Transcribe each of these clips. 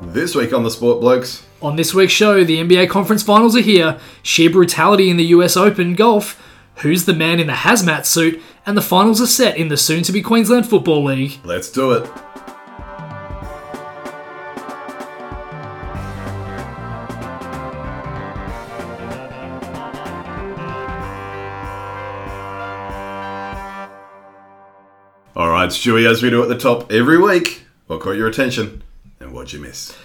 This week on the Sport Blokes, On this week's show, the NBA conference finals are here, sheer brutality in the US Open golf, who's the man in the hazmat suit, and the finals are set in the soon to be Queensland Football League. let's do it. All right, Stewie, as we do at the top every week, what caught your attention and what'd you miss?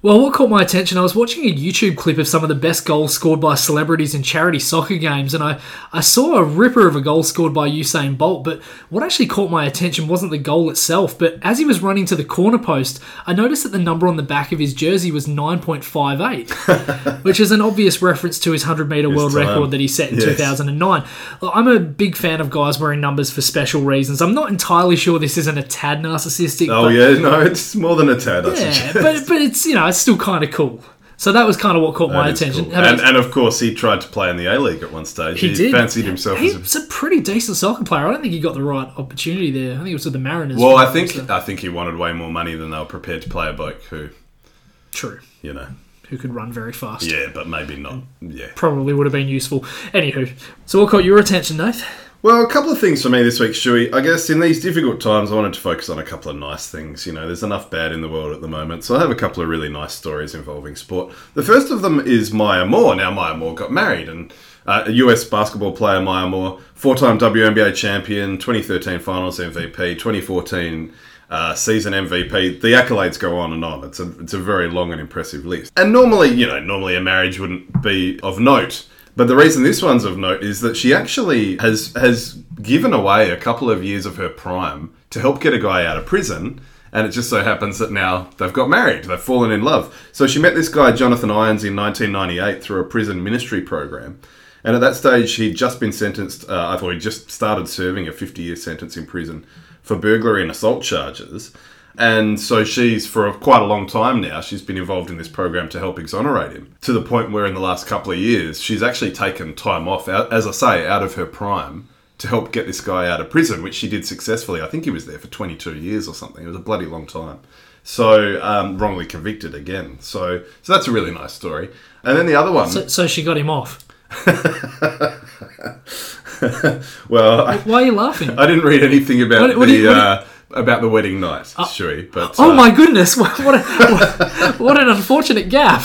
Well, what caught my attention, I was watching a YouTube clip of some of the best goals scored by celebrities in charity soccer games, and I, I saw a ripper of a goal scored by Usain Bolt. But what actually caught my attention wasn't the goal itself, but as he was running to the corner post, I noticed that the number on the back of his jersey was 9.58, which is an obvious reference to his 100 metre world time. record that he set in Yes. 2009. Look, I'm a big fan of guys wearing numbers for special reasons. I'm not entirely sure this isn't a tad narcissistic. Oh, but yeah, no, it's more than a tad. I yeah, suggest. but but it's you know it's still kind of cool. So that was kind of what caught my That is attention. cool. How about- And, and of course, he tried to play in the A League at one stage. He, fancied himself as a He's a pretty decent soccer player. I don't think he got the right opportunity there. I think it was with the Mariners. Well, I wasn't it? think I think he wanted way more money than they were prepared to play a bloke who, true. you know, Who could run very fast? yeah, but maybe not. Yeah. Probably would have been useful. Anywho, so what caught your attention, Nath? Well, a couple of things for me this week, Shuey. I guess in these difficult times, I wanted to focus on a couple of nice things. You know, there's enough bad in the world at the moment, so I have a couple of really nice stories involving sport. The first of them is Maya Moore. Now, Maya Moore got married, and uh, US basketball player Maya Moore, four-time WNBA champion, 2013 Finals MVP, 2014 uh, season MVP. The accolades go on and on. It's a it's a very long and impressive list. And normally, you know, normally a marriage wouldn't be of note. But the reason this one's of note is that she actually has has given away a couple of years of her prime to help get a guy out of prison. And it just so happens that now they've got married, they've fallen in love. So she met this guy, Jonathan Irons, in 1998 through a prison ministry program. And at that stage, he'd just been sentenced, uh, I thought he'd just started serving a 50 year sentence in prison for burglary and assault charges. And so she's, for quite a long time now, she's been involved in this program to help exonerate him to the point where, in the last couple of years, she's actually taken time off, out- as I say, out of her prime to help get this guy out of prison, which she did successfully. I think he was there for 22 years or something. It was a bloody long time. So, um, wrongly convicted again. So, so that's a really nice story. And then the other one. So, so she got him off. well, I, Why are you laughing? I didn't read anything about What- what the do you- what do you- uh, about the wedding night, Shui. But Oh uh, my goodness! What what, a, what, what an unfortunate gap.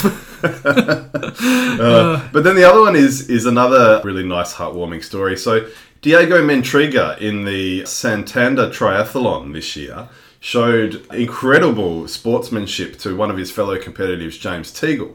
but then the other one is is another really nice, heartwarming story. So Diego Mentriga in the Santander Triathlon this year showed incredible sportsmanship to one of his fellow competitors, James Teagle.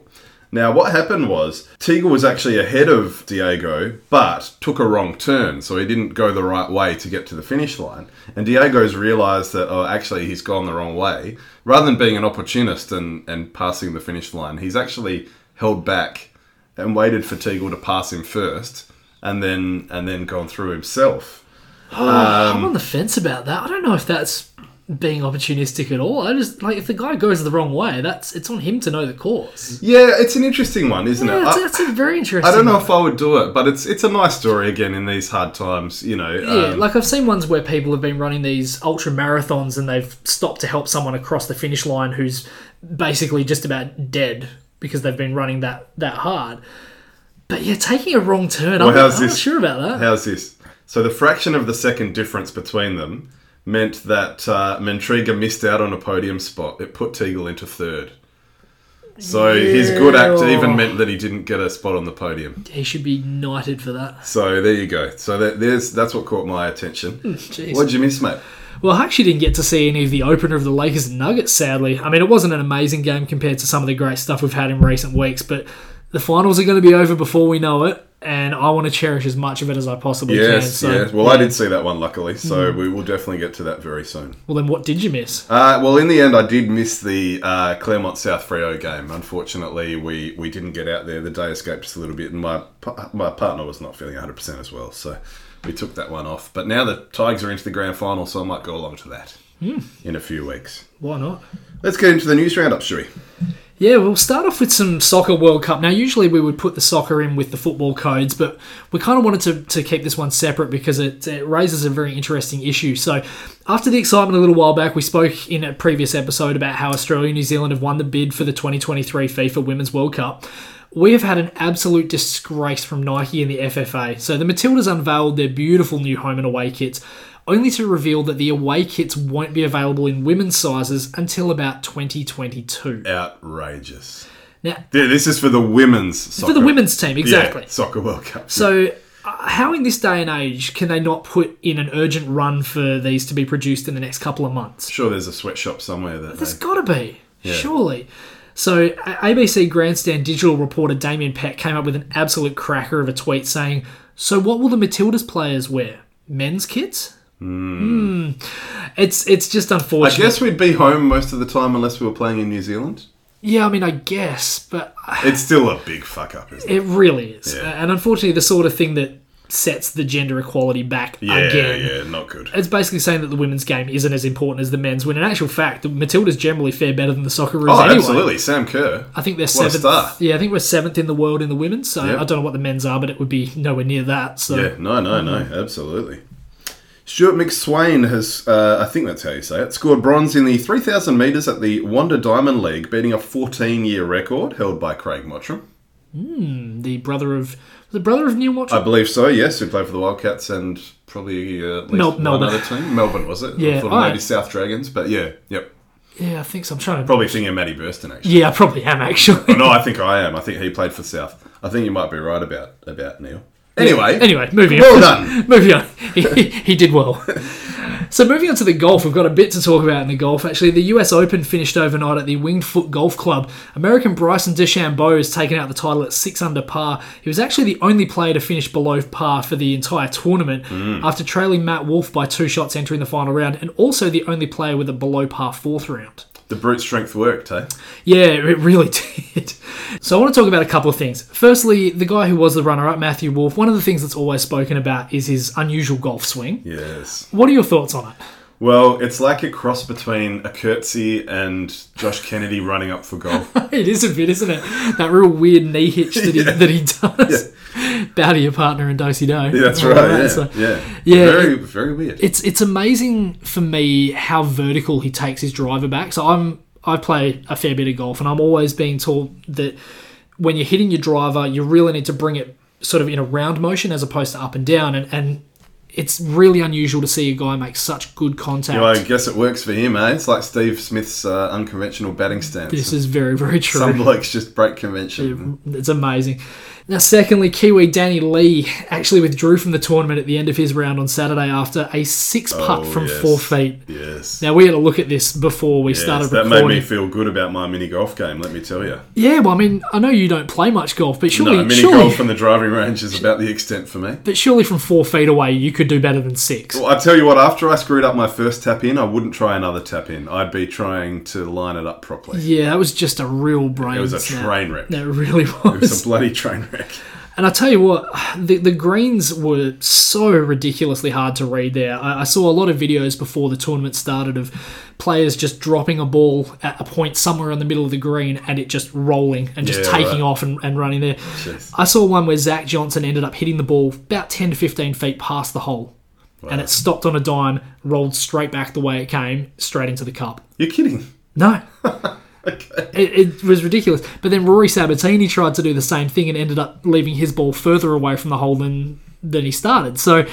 Now, what happened was Teagle was actually ahead of Diego, but took a wrong turn, so he didn't go the right way to get to the finish line. And Diego's realised that, oh, actually, he's gone the wrong way. Rather than being an opportunist and, and passing the finish line, he's actually held back and waited for Teagle to pass him first, and then and then gone through himself. Um, I'm on the fence about that. I don't know if that's being opportunistic at all. I just like if the guy goes the wrong way, that's it's on him to know the course. Yeah, it's an interesting one, isn't Yeah, it? that's, I- that's a very interesting. I don't know if I would do it, but it's it's a nice story again in these hard times. You know, Yeah, um, like I've seen ones where people have been running these ultra marathons and they've stopped to help someone across the finish line who's basically just about dead because they've been running that that hard. But yeah, taking a wrong turn, I'm, how's I'm not this- sure about that. How's this? So the fraction of the second difference between them meant that uh, Mentriga missed out on a podium spot. It put Teagle into third. So his good act Yeah. even meant that he didn't get a spot on the podium. He should be knighted for that. So there you go. So that, there's that's what caught my attention. Jeez. What'd you miss, mate? Well, I actually didn't get to see any of the opener of the Lakers and Nuggets, sadly. I mean, it wasn't an amazing game compared to some of the great stuff we've had in recent weeks, but the finals are going to be over before we know it, and I want to cherish as much of it as I possibly can. Yes, So, Hmm. yes. Well, I did see that one, luckily. So we will definitely get to that very soon. well, then what did you miss? Uh, well, in the end, I did miss the uh, Claremont South Freo game. Unfortunately, we, we didn't get out there. The day escaped us a little bit, and my pa- my partner was not feeling 100% as well. So we took that one off. But now the Tigers are into the grand final, so I Hmm. might go along to that in a few weeks. Why not? Let's get into the news roundup, shall we? Yeah, we'll start off with some soccer World Cup. Now, usually we would put the soccer in with the football codes, but we kind of wanted to, to keep this one separate because it, it raises a very interesting issue. So, after the excitement a little while back, we spoke in a previous episode about how Australia and New Zealand have won the bid for the 2023 FIFA Women's World Cup. We have had an absolute disgrace from Nike and the FFA. So, the Matildas unveiled their beautiful new home and away kits only to reveal that the away kits won't be available in women's sizes until about 2022. Outrageous. Now, Th- This is for the women's soccer. for the women's team, exactly. Yeah, soccer World Cup. So, uh, how in this day and age can they not put in an urgent run for these to be produced in the next couple of months? sure, there's a sweatshop somewhere that There's they... got to be, surely. So, A- ABC Grandstand digital reporter Damien Peck came up with an absolute cracker of a tweet saying, So, what will the Matildas players wear? Men's kits? Hmm. It's it's just I unfortunate. guess we'd be home most of the time unless we were playing in New Zealand. yeah, I mean, I guess, but uh, It's still a big fuck up, isn't it? It really is. Yeah. And unfortunately, the sort of thing that sets the gender equality back Yeah, again. Oh, yeah, not good. It's basically saying that the women's game isn't as important as the men's, when in actual fact, the Matildas generally fare better than the Socceroos Oh, anyway. absolutely. Sam Kerr. I think they're What a seventh. start. Yeah, I think we're seventh in the world in the women's. So Yep. I don't know what the men's are, but it would be nowhere near that. So Yeah, no, no, no, absolutely. Stuart McSwain has, uh, I think that's how you say it, scored bronze in the 3,000 metres at the Wonder Diamond League, beating a 14 year record held by Craig Mottram. the brother of the brother of Neil Mottram. I believe so, yes, who played for the Wildcats and probably uh, at least Mel- one Melbourne. other team. Melbourne, was it? Yeah, I thought alright. maybe South Dragons, but yeah, yep. yeah, I think so. I'm trying to. Probably thinking of Matty Burston, actually. yeah, I probably am actually. No, I think I am. I think he played for South. I think you might be right about, about Neil. Anyway, anyway, moving well on. done. moving on. He, he did well. So moving on to the golf, we've got a bit to talk about in the golf. Actually, the U.S. Open finished overnight at the Winged Foot Golf Club. American Bryson DeChambeau has taken out the title at six under par. He was actually the only player to finish below par for the entire tournament, Hmm. after trailing Matt Wolf by two shots entering the final round, and also the only player with a below par fourth round. The brute strength worked, eh? Yeah, it really did. So I want to talk about a couple of things. Firstly, the guy who was the runner-up, Matthew Wolf. One of the things that's always spoken about is his unusual golf swing. Yes. What are your thoughts on it? Well, it's like a cross between a curtsy and Josh Kennedy running up for goal. It is a bit, isn't it? That real weird knee hitch that, he, that he does. Bow to your partner and dosey do. That's right. Yeah. So yeah. Yeah, Very, very weird. it's it's amazing for me how vertical he takes his driver back. So I'm I play a fair bit of golf, and I'm always being told that when you're hitting your driver, you really need to bring it sort of in a round motion as opposed to up and down, and, and it's really unusual to see a guy make such good contact. well, I guess it works for him, eh? It's like Steve Smith's uh, unconventional batting stance. this is very very true. Some blokes just break convention. It's amazing. Now, secondly, Kiwi Danny Lee actually withdrew from the tournament at the end of his round on Saturday after a six putt Oh, from yes. four feet. Yes. Now, we had a look at this before we started yes. That made recording. me feel good about my mini golf game, let me tell you. Yeah, well, I mean, I know you don't play much golf, but surely, No, mini surely, golf and the driving range is about the extent for me. but surely from four feet away, you could do better than six. Well, I tell you what, after I screwed up my first tap in, I wouldn't try another tap in. I'd be trying to line it up properly. Yeah, that was just a real brain. It was a snap. train wreck. That really It's a was. bloody train wreck. And I tell you what, the, the greens were so ridiculously hard to read there. I, I saw a lot of videos before the tournament started of players just dropping a ball at a point somewhere in the middle of the green and it just rolling and just Yeah, taking right. off and, and running there. I saw one where Zach Johnson ended up hitting the ball about 10 to 15 feet past the hole. And it stopped on a dime, rolled straight back the way it came, straight into the cup. You're kidding. No, Okay. it, it was ridiculous. But then Rory Sabatini tried to do the same thing and ended up leaving his ball further away from the hole than than he started. So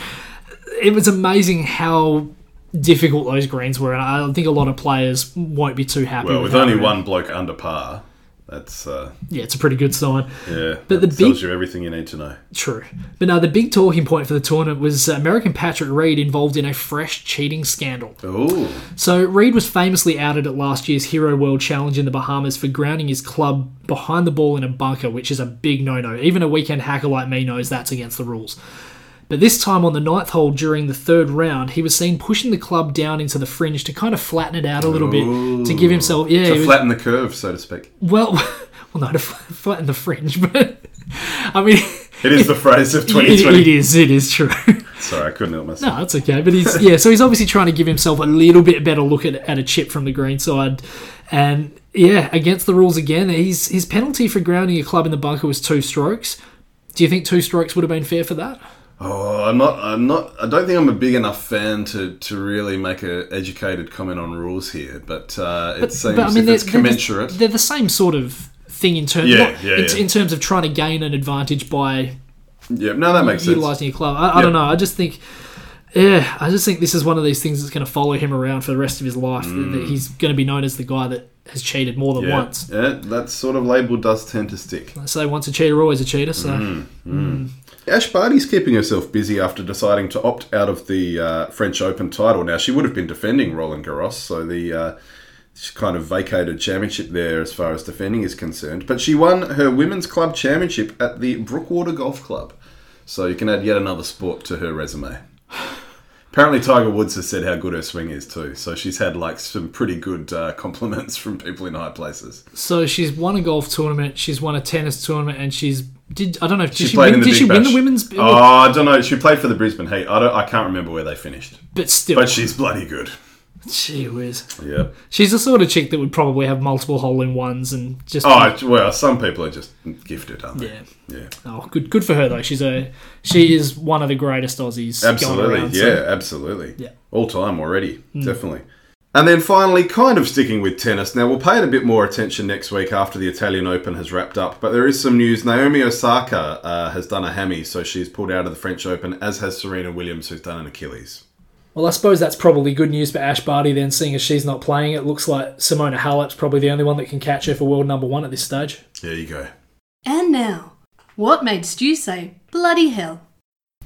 it was amazing how difficult those greens were, and I think a lot of players won't be too happy. Well, with that. only one bloke under par, that's uh, yeah, it's a pretty good sign. yeah. But that the tells you everything you need to know. True. But now the big talking point for the tournament was uh, American Patrick Reed involved in a fresh cheating scandal. Ooh, So Reed was famously outed at last year's Hero World Challenge in the Bahamas for grounding his club behind the ball in a bunker, which is a big no-no. Even a weekend hacker like me knows that's against the rules. But this time on the ninth hole during the third round, he was seen pushing the club down into the fringe to kind of flatten it out a little bit to give himself yeah to it was- flatten the curve, so to speak. well well no to fl- flatten the fringe but I mean It is the phrase of it, 2020. it is it is true. Sorry, I couldn't help myself. No, that's okay. But he's yeah, so he's obviously trying to give himself a little bit better look at, at a chip from the green side, and yeah, against the rules again. He's, his penalty for grounding a club in the bunker was two strokes. Do you think two strokes would have been fair for that? Oh, I'm not. I'm not. I don't think I'm a big enough fan to, to really make a educated comment on rules here. But uh, it seems if it's They're commensurate. the, they're the same sort of thing in terms, Yeah, not- yeah, in, yeah. in terms of trying to gain an advantage by yeah, no, that makes sense. utilizing your club. I, I don't know. I just think, yeah, I just think this is one of these things that's going to follow him around for the rest of his life. That, that he's going to be known as the guy that has cheated more than Mm. Yeah, once. yeah, that sort of label does tend to stick. I say once a cheater, always a cheater. So Mm. Ash Barty's keeping herself busy after deciding to opt out of the uh, French Open title. Now she would have been defending Roland Garros, so the uh, she's kind of vacated championship there as far as defending is concerned. But she won her women's club championship at the Brookwater Golf Club, so you can add yet another sport to her resume. Apparently, Tiger Woods has said how good her swing is too, so she's had like some pretty good uh, compliments from people in high places. So she's won a golf tournament, she's won a tennis tournament, and she's did I don't know. Did she, played win, in the did Big she win Bash. the women's? Oh, I don't know. She played for the Brisbane Heat. I don't. I can't remember where they finished. But still, But she's bloody good. she whiz. Yeah. She's the sort of chick that would probably have multiple hole in ones and just. Oh I- well, some people are just gifted, aren't they? yeah. Yeah. Oh, good. Good for her though. She's a. She is one of the greatest Aussies. Absolutely. Going around, yeah. so- Absolutely. Yeah. Mm. All time already. Definitely. And then finally, kind of sticking with tennis. Now, we'll pay it a bit more attention next week after the Italian Open has wrapped up, but there is some news. Naomi Osaka uh, has done a hammy, so she's pulled out of the French Open, as has Serena Williams, who's done an Achilles. Well, I suppose that's probably good news for Ash Barty then, seeing as she's not playing. It looks like Simona Halep's probably the only one that can catch her for world number one at this stage. There you go. And now, what made Stu say bloody hell?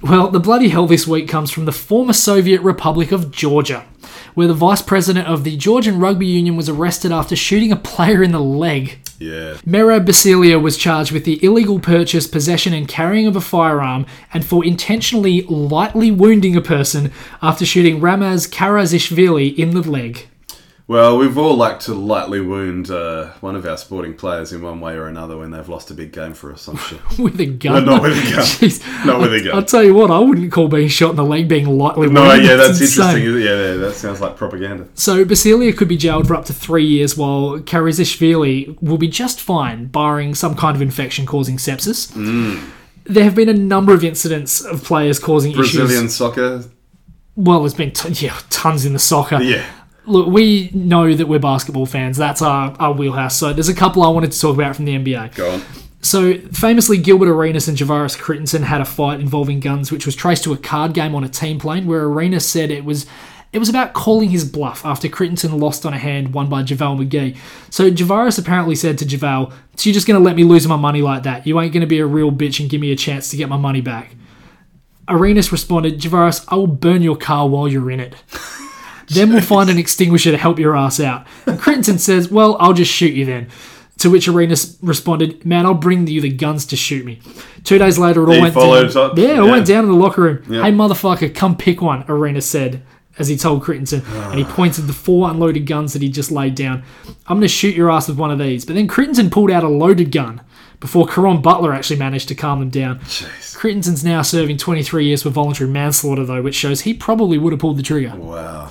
Well, the bloody hell this week comes from the former Soviet Republic of Georgia, where the vice president of the Georgian Rugby Union was arrested after shooting a player in the leg. Yeah. Mero Basilia was charged with the illegal purchase, possession, and carrying of a firearm, and for intentionally lightly wounding a person after shooting Ramaz Karazishvili in the leg. Well, we've all liked to lightly wound uh, one of our sporting players in one way or another when they've lost a big game for us, I'm sure. With a No, gun. not with a gun. Jeez. Not with a I'll- gun. I'll tell you what, I wouldn't call being shot in the leg being lightly No, wounded. yeah, that's It's insane. interesting. isn't it? Yeah, yeah, that sounds like propaganda. So Basilia could be jailed for up to three years, while Karizishvili will be just fine, barring some kind of infection causing sepsis. Mm. There have been a number of incidents of players causing Brazilian issues. soccer. Well, there's been t- yeah, tons in the soccer. Yeah. Look, we know that we're basketball fans. That's our, our wheelhouse. So there's a couple I wanted to talk about from the NBA. Go on. So famously, Gilbert Arenas and Javaris Crittenson had a fight involving guns, which was traced to a card game on a team plane, where Arenas said it was it was about calling his bluff after Crittenson lost on a hand won by JaVale McGee. So Javaris apparently said to JaVale, So you're just gonna let me lose my money like that. You ain't gonna be a real bitch and give me a chance to get my money back. Arenas responded, Javaris, I will burn your car while you're in it. Then we'll find an extinguisher to help your ass out. And Crittenson says, Well, I'll just shoot you then. To which Arenas responded, Man, I'll bring you the guns to shoot me. Two days later, it all He went followed down. up, yeah, it yeah. went down in the locker room. Hey, motherfucker, come pick one, Arenas said, as he told Crittenson. and he Ah. pointed the four unloaded guns that he just laid down. I'm going to shoot your ass with one of these. But then Crittenson pulled out a loaded gun before Caron Butler actually managed to calm them down. Jeez. Crittensen's now serving 23 years for voluntary manslaughter, though, which shows he probably would have pulled the trigger. Wow.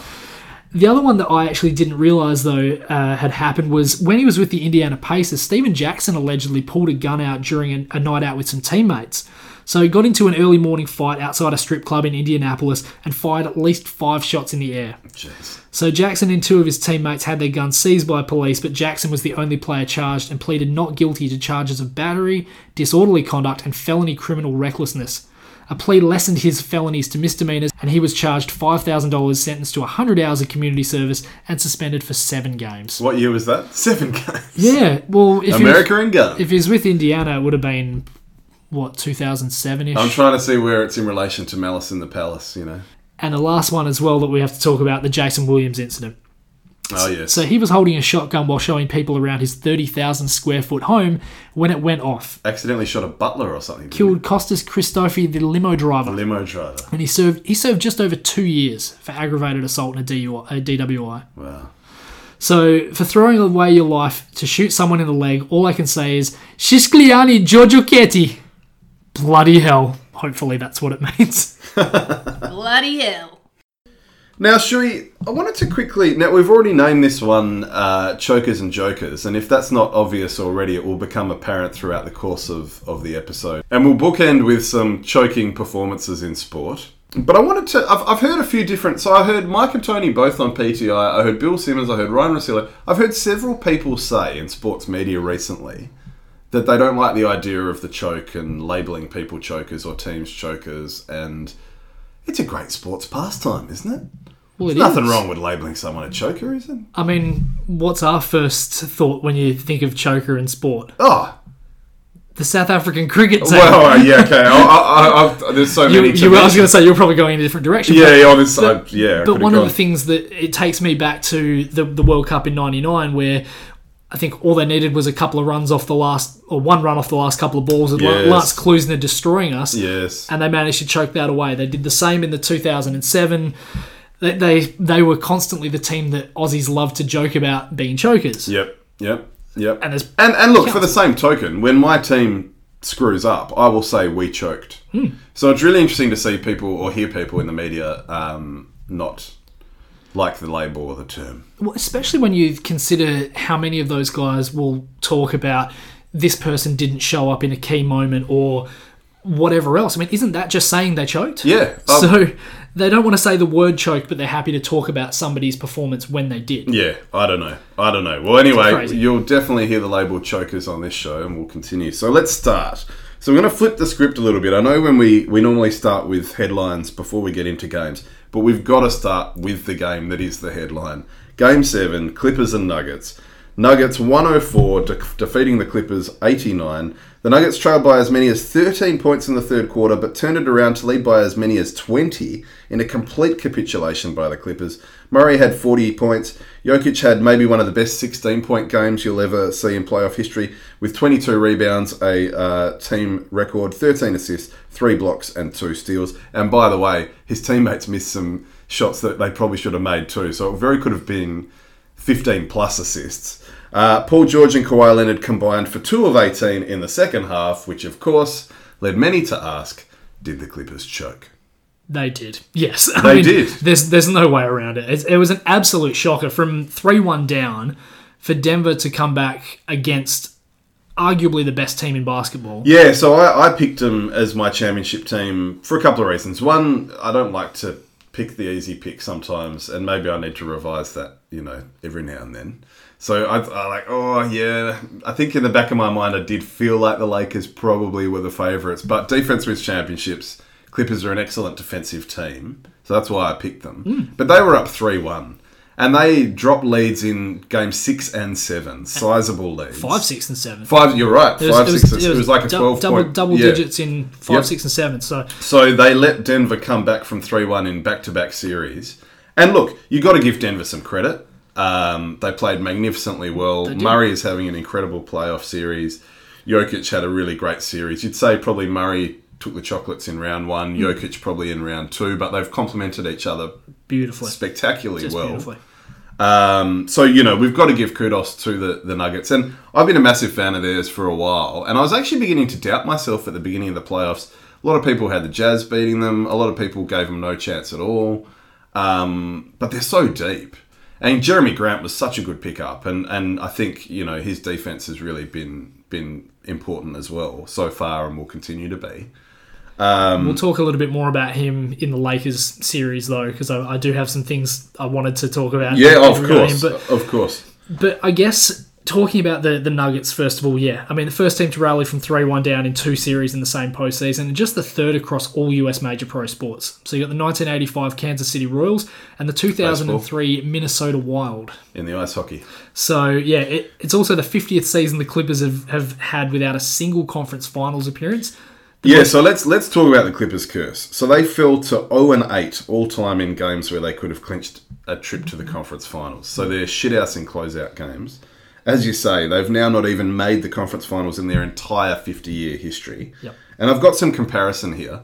The other one that I actually didn't realise, though, uh, had happened was when he was with the Indiana Pacers, Steven Jackson allegedly pulled a gun out during an- a night out with some teammates. So he got into an early morning fight outside a strip club in Indianapolis and fired at least five shots in the air. Jeez. So Jackson and two of his teammates had their guns seized by police, but Jackson was the only player charged and pleaded not guilty to charges of battery, disorderly conduct, and felony criminal recklessness. A plea lessened his felonies to misdemeanors, and he was charged $5,000, sentenced to 100 hours of community service, and suspended for seven games. What year was that? Seven games. Yeah, well, if America he was, and gun. if he was with Indiana, it would have been what 2007 ish. I'm trying to see where it's in relation to Malice in the Palace, you know. and the last one as well that we have to talk about the Jason Williams incident. Oh, yes. So he was holding a shotgun while showing people around his 30,000 square foot home when it went off. Accidentally shot a butler or something. didn't Killed Costas Christofi, the limo driver, he? Limo driver. and he served he served just over two years for aggravated assault and a, DUI, a DWI. Wow. So for throwing away your life to shoot someone in the leg, all I can say is Shishkliani Giorgio Chetti. Bloody hell! Hopefully that's what it means. Bloody hell. Now, Shui, I wanted to quickly. Now, we've already named this one uh, Chokers and Jokers, and if that's not obvious already, it will become apparent throughout the course of, of the episode. And we'll bookend with some choking performances in sport. But I wanted to. I've, I've heard a few different. So I heard Mike and Tony both on PTI, I heard Bill Simmons, I heard Ryan Rosillo. I've heard several people say in sports media recently that they don't like the idea of the choke and labeling people chokers or teams chokers and. It's a great sports pastime, isn't it? Well, it There's nothing is. wrong with labeling someone a choker, is it? I mean, what's our first thought when you think of choker in sport? Oh, The South African cricket team. well, yeah, okay. I, I, I, I, there's so you, many. you- I was mention. going to say you're probably going in a different direction. Yeah, but- yeah, obviously, I, yeah. I But could've one of gone. the things that it takes me back to the, the World Cup in '99, where I think all they needed was a couple of runs off the last, or one run off the last couple of balls, and Lan- Yes. Lance Klusner destroying us, Yes. and they managed to choke that away. They did the same in the 2007. They they, they were constantly the team that Aussies love to joke about being chokers. Yep. Yep. Yep. And there's- and and look for the same token, when my team screws up, I will say we choked. Hmm. So it's really interesting to see people or hear people in the media um, not like the label or the term. Well, especially when you consider how many of those guys will talk about this person didn't show up in a key moment or whatever else. I mean, isn't that just saying they choked? Yeah. Um, So they don't want to say the word choke, but they're happy to talk about somebody's performance when they did. Yeah, I don't know. I don't know. Well, anyway, crazy. you'll definitely hear the label chokers on this show, and we'll continue. So let's start. So I'm going to flip the script a little bit. I know when we we normally start with headlines before we get into games, but we've got to start with the game that is the headline. Game seven: Clippers and Nuggets. Nuggets 104, de- defeating the Clippers 89. The Nuggets trailed by as many as 13 points in the third quarter, but turned it around to lead by as many as 20 in a complete capitulation by the Clippers. Murray had 40 points. Jokic had maybe one of the best 16 point games you'll ever see in playoff history, with 22 rebounds, a uh, team record, 13 assists, 3 blocks, and 2 steals. And by the way, his teammates missed some shots that they probably should have made too, so it very could have been 15 plus assists. Uh, Paul George and Kawhi Leonard combined for 2 of 18 in the second half, which of course led many to ask Did the Clippers choke? They did. Yes. I They did. There's, there's no way around it. It's, it was an absolute shocker from 3 1 down for Denver to come back against arguably the best team in basketball. Yeah, so I, I picked them as my championship team for a couple of reasons. One, I don't like to pick the easy pick sometimes, and maybe I need to revise that, you know, every now and then. So I, I like, oh yeah, I think in the back of my mind, I did feel like the Lakers probably were the favourites, but defense wins championships. Clippers are an excellent defensive team, so that's why I picked them. But they were up three one. And they dropped leads in game six and seven, sizable leads. 5, 6, and 7. Five, you're right. It was- five, it was- six. It it was, like a dou- twelve double, point. double yeah. digits in five, Yep. six, and seven. So So they let Denver come back from three one in back to back series. And look, you got to give Denver some credit. Um, they played magnificently well. did. Murray is having an incredible playoff series. Jokic had a really great series. You'd say probably Murray took the chocolates in round Hmm. one. Jokic probably in round two, but they've complemented each other beautifully, spectacularly just well. beautifully. Um, so you know we've got to give kudos to the, the Nuggets, and I've been a massive fan of theirs for a while. And I was actually beginning to doubt myself at the beginning of the playoffs. A lot of people had the Jazz beating them. A lot of people gave them no chance at all. Um, but they're so deep, and Jeremy Grant was such a good pickup, and and I think you know his defense has really been been important as well so far, and will continue to be. Um, We'll talk a little bit more about him in the Lakers series, though, because I, I do have some things I wanted to talk about. Yeah, of regarding course, him, of course. But, but I guess talking about the, the Nuggets, first of all, yeah. I mean, the first team to rally from 3 1 down in two series in the same postseason, and just the third across all US major pro sports. So you got the 1985 Kansas City Royals and the 2003 Minnesota Wild. In the ice hockey, So yeah, it, it's also the 50th season the Clippers have, have had without a single conference finals appearance. Yeah, so let's let's talk about the Clippers curse. So they fell to 0 and 8 all time in games where they could have clinched a trip to the conference finals. So they're shithouse in closeout games. As you say, they've now not even made the conference finals in their entire 50 year history. Yep. And I've got some comparison here.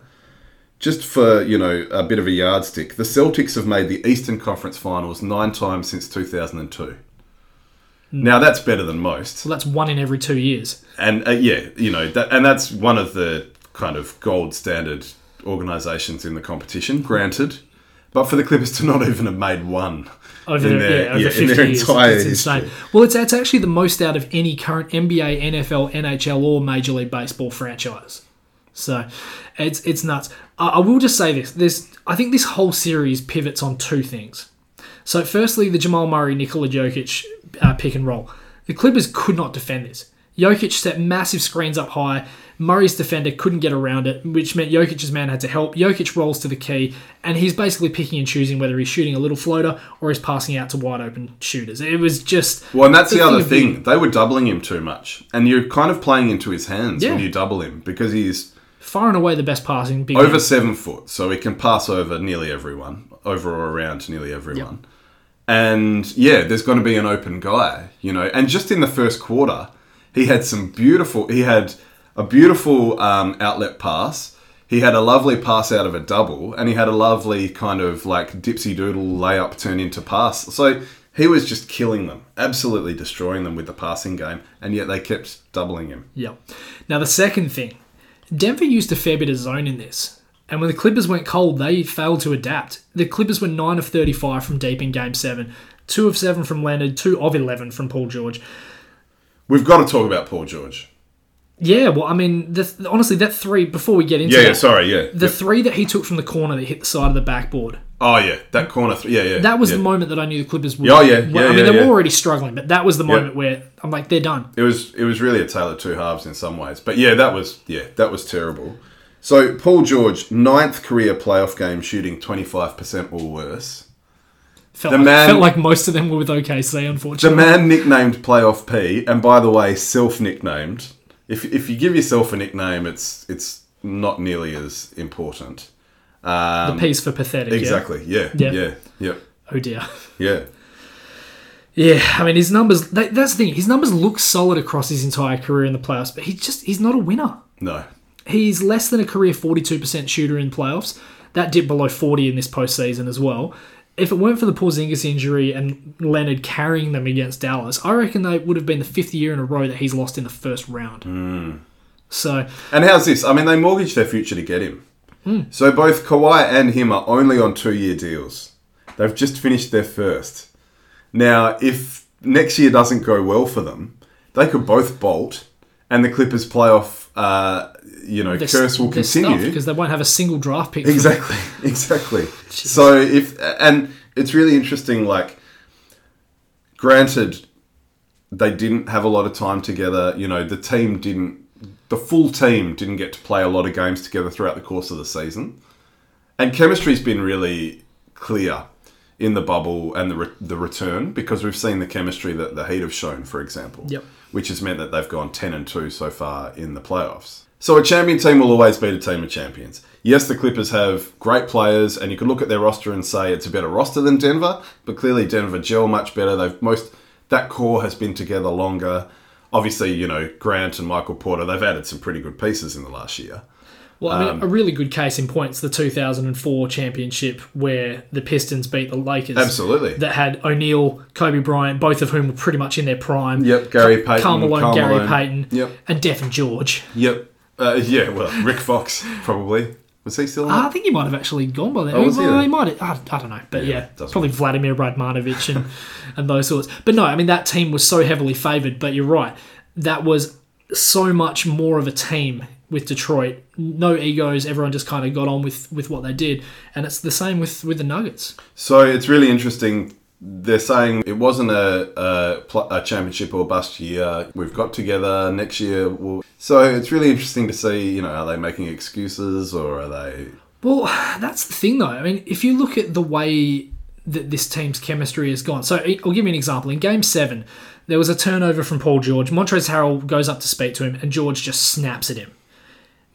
Just for, you know, a bit of a yardstick, the Celtics have made the Eastern Conference finals 9 times since 2002. Now that's better than most So that's one in every two years. and uh, yeah, you know, that, and that's one of the kind of gold standard organisations in the competition. Granted, But for the Clippers to not even have made one over in their, their, yeah, over yeah, 50 in their years. entire it's history. insane. Well, it's, it's actually the most out of any current NBA, NFL, NHL, or Major League Baseball franchise. So it's it's nuts. I, I will just say this: there's I think this whole series pivots on two things. So, firstly, the Jamal Murray, Nikola Jokic uh, pick and roll. The Clippers could not defend this. Jokic set massive screens up high. Murray's defender couldn't get around it, which meant Jokic's man had to help. Jokic rolls to the key, and he's basically picking and choosing whether he's shooting a little floater or he's passing out to wide open shooters. It was just. Well, and that's the, other of being- thing. They were doubling him too much. And you're kind of playing into his hands when Yeah. you double him because he's Far and away the best passing. Big over man. seven foot, so he can pass over nearly everyone, over or around nearly everyone. And yeah, there's going to be an open guy, you know. And just in the first quarter, he had some beautiful. He had a beautiful um, outlet pass. He had a lovely pass out of a double, and he had a lovely kind of like dipsy doodle layup turn into pass. So he was just killing them, absolutely destroying them with the passing game, and yet they kept doubling him. Yep. Now the second thing, Denver used a fair bit of zone in this, and when the Clippers went cold, they failed to adapt. The Clippers were nine of thirty-five from deep in Game Seven, two of seven from Leonard, two of eleven from Paul George. We've got to talk about Paul George. Yeah, well, I mean, the, honestly, that three. Before we get into Yeah, yeah, that, sorry, yeah. the Yep. three that he took from the corner that hit the side of the backboard. Oh yeah, that corner. Th- yeah, yeah. That was yeah. the moment that I knew the Clippers would. Yeah, oh, yeah, yeah, well, I mean, yeah, they were yeah. already struggling, but that was the moment where I'm like, they're done. It was. It was really a tale of two halves in some ways. But yeah, that was. Yeah, that was terrible. So Paul George, ninth career playoff game, shooting twenty five percent or worse. Felt, The like, man- felt like most of them were with OKC, unfortunately. The man nicknamed Playoff P, and by the way, self nicknamed. If if you give yourself a nickname, it's it's not nearly as important. the piece for pathetic. yeah? Exactly. Yeah. Yeah. Yeah. Yeah. Yeah. Oh dear. yeah. Yeah, I mean his numbers. That, that's the thing. His numbers look solid across his entire career in the playoffs, but he's just he's not a winner. No. He's less than a career forty-two percent shooter in playoffs. That dipped below forty in this postseason as well. If it weren't for the Porzingis injury and Leonard carrying them against Dallas, I reckon they would have been the fifth year in a row that he's lost in the first round. Hmm. So And how's this? I mean, they mortgaged their future to get him. So both Kawhi and him are only on two year deals. They've just finished their first. Now, if next year doesn't go well for them, they could both bolt, and the Clippers' playoff, uh, you know, curse will continue. because they won't have a single draft pick. from- Exactly, exactly. so if and it's really interesting. Like, granted, they didn't have a lot of time together. You know, the team didn't, the full team didn't get to play a lot of games together throughout the course of the season, and chemistry's been really clear in the bubble and the re- the return because we've seen the chemistry that the Heat have shown, for example Yep. which has meant that they've gone 10 and 2 so far in the playoffs. So a champion team will always beat a team of champions. Yes, the Clippers have great players, and you could look at their roster and say it's a better roster than Denver, but clearly Denver gel much better. They've most that core has been together longer. Obviously, you know, Grant and Michael Porter, they've added some pretty good pieces in the last year. Well, I mean, um, a really good case in points the 2004 championship where the Pistons beat the Lakers. Absolutely. That had O'Neal, Kobe Bryant, both of whom were pretty much in their prime. Yep, Gary Payton, Karl Malone, Karl Gary Mm, Malone. Payton, Yep. and Death and George. Yep. Uh, yeah, well, Rick Fox probably. Was he still in I that? think he might have actually gone by then. Oh, was he Well, then? he might have, I, I don't know, but yeah, doesn't probably Vladimir Radmanovich and, and those sorts. But no, I mean, that team was so heavily favoured, but you're right. That was so much more of a team with Detroit. No egos, everyone just kind of got on with, with what they did. And it's the same with, with the Nuggets. So it's really interesting. They're saying it wasn't a, a, pl- a championship or bust year. We've got together next year. We'll... So it's really interesting to see. You know, are they making excuses or are they? Well, that's the thing, though. I mean, if you look at the way that this team's chemistry has gone, so I'll give you an example. In Game Seven, there was a turnover from Paul George. Montrezl Harrell goes up to speak to him, and George just snaps at him.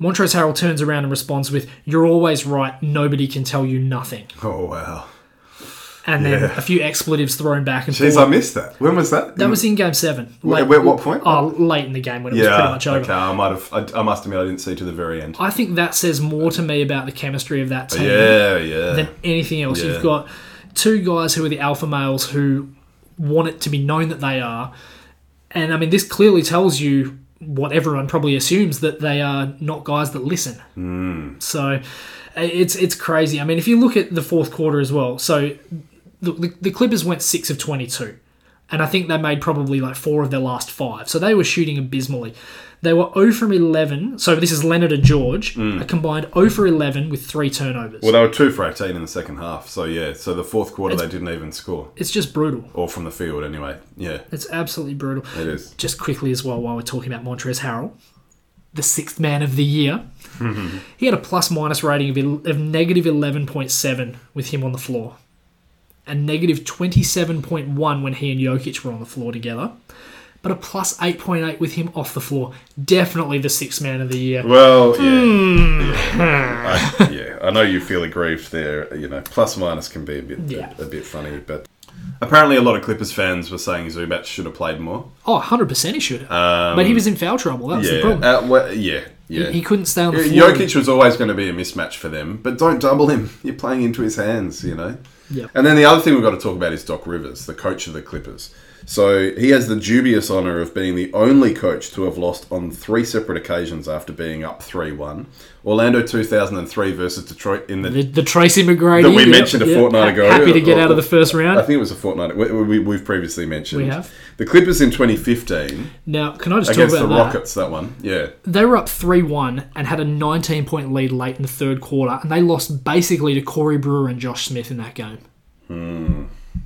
Montrezl Harrell turns around and responds with, "You're always right. Nobody can tell you nothing." Oh wow! And then a few expletives thrown back and Jeez, I forth. missed that. When was that? That was in Game Seven. Wait, wait, what point? Oh, late in the game when it was pretty yeah. much over. Okay, I might have. I, I must admit, I didn't see to the very end. I think that says more to me about the chemistry of that team Yeah, yeah. than anything else. Yeah. You've got two guys who are the alpha males who want it to be known that they are. And I mean, this clearly tells you Hmm. what everyone probably assumes that they are not guys that listen. So It's it's crazy. I mean, if you look at the fourth quarter as well, so the, the, the Clippers went six of twenty two, and I think they made probably like four of their last five. So they were shooting abysmally. They were 0 from 11. So this is Leonard and George, a combined 0 for 11 with three turnovers. Hmm. Well, they were two for 18 in the second half. So, yeah, so the fourth quarter they didn't even score. it's just brutal. Or from the field, anyway. Yeah, It's absolutely brutal. it is. Just quickly as well, while we're talking about Montrez Harrell, the sixth man of the year, he had a plus minus rating of, el- of negative 11.7 with him on the floor, and negative 27.1 when he and Jokic were on the floor together, but a plus 8.8 with him off the floor. Definitely the sixth man of the year. Well, yeah. Hmm. Yeah. I, yeah, I know you feel aggrieved there. You know, plus minus can be a bit Yeah. a, a bit funny, but apparently a lot of Clippers fans were saying Zubac should have played more. Oh, 100% he should have. but he was in foul trouble. That was the Um, Yeah, problem. uh, well, yeah, yeah. he couldn't stay on the floor. Jokic was always going to be a mismatch for them, but don't double him. You're playing into his hands, you know. Yep. And then the other thing we've got to talk about is Doc Rivers, the coach of the Clippers. So he has the dubious honor of being the only coach to have lost on three separate occasions after being up three-one. Orlando 2003 versus Detroit in the The, the Tracy McGrady That we yep, mentioned a yep. fortnight ago. Happy to get Or- out of the first round. I think it was a fortnight. We, we, we've previously mentioned. We have. The Clippers in 2015 Now, can I just talk against the about that? Rockets, that one. Yeah. They were up 3 1 and had a 19 point lead late in the third quarter, and they lost basically to Corey Brewer and Josh Smith in that game.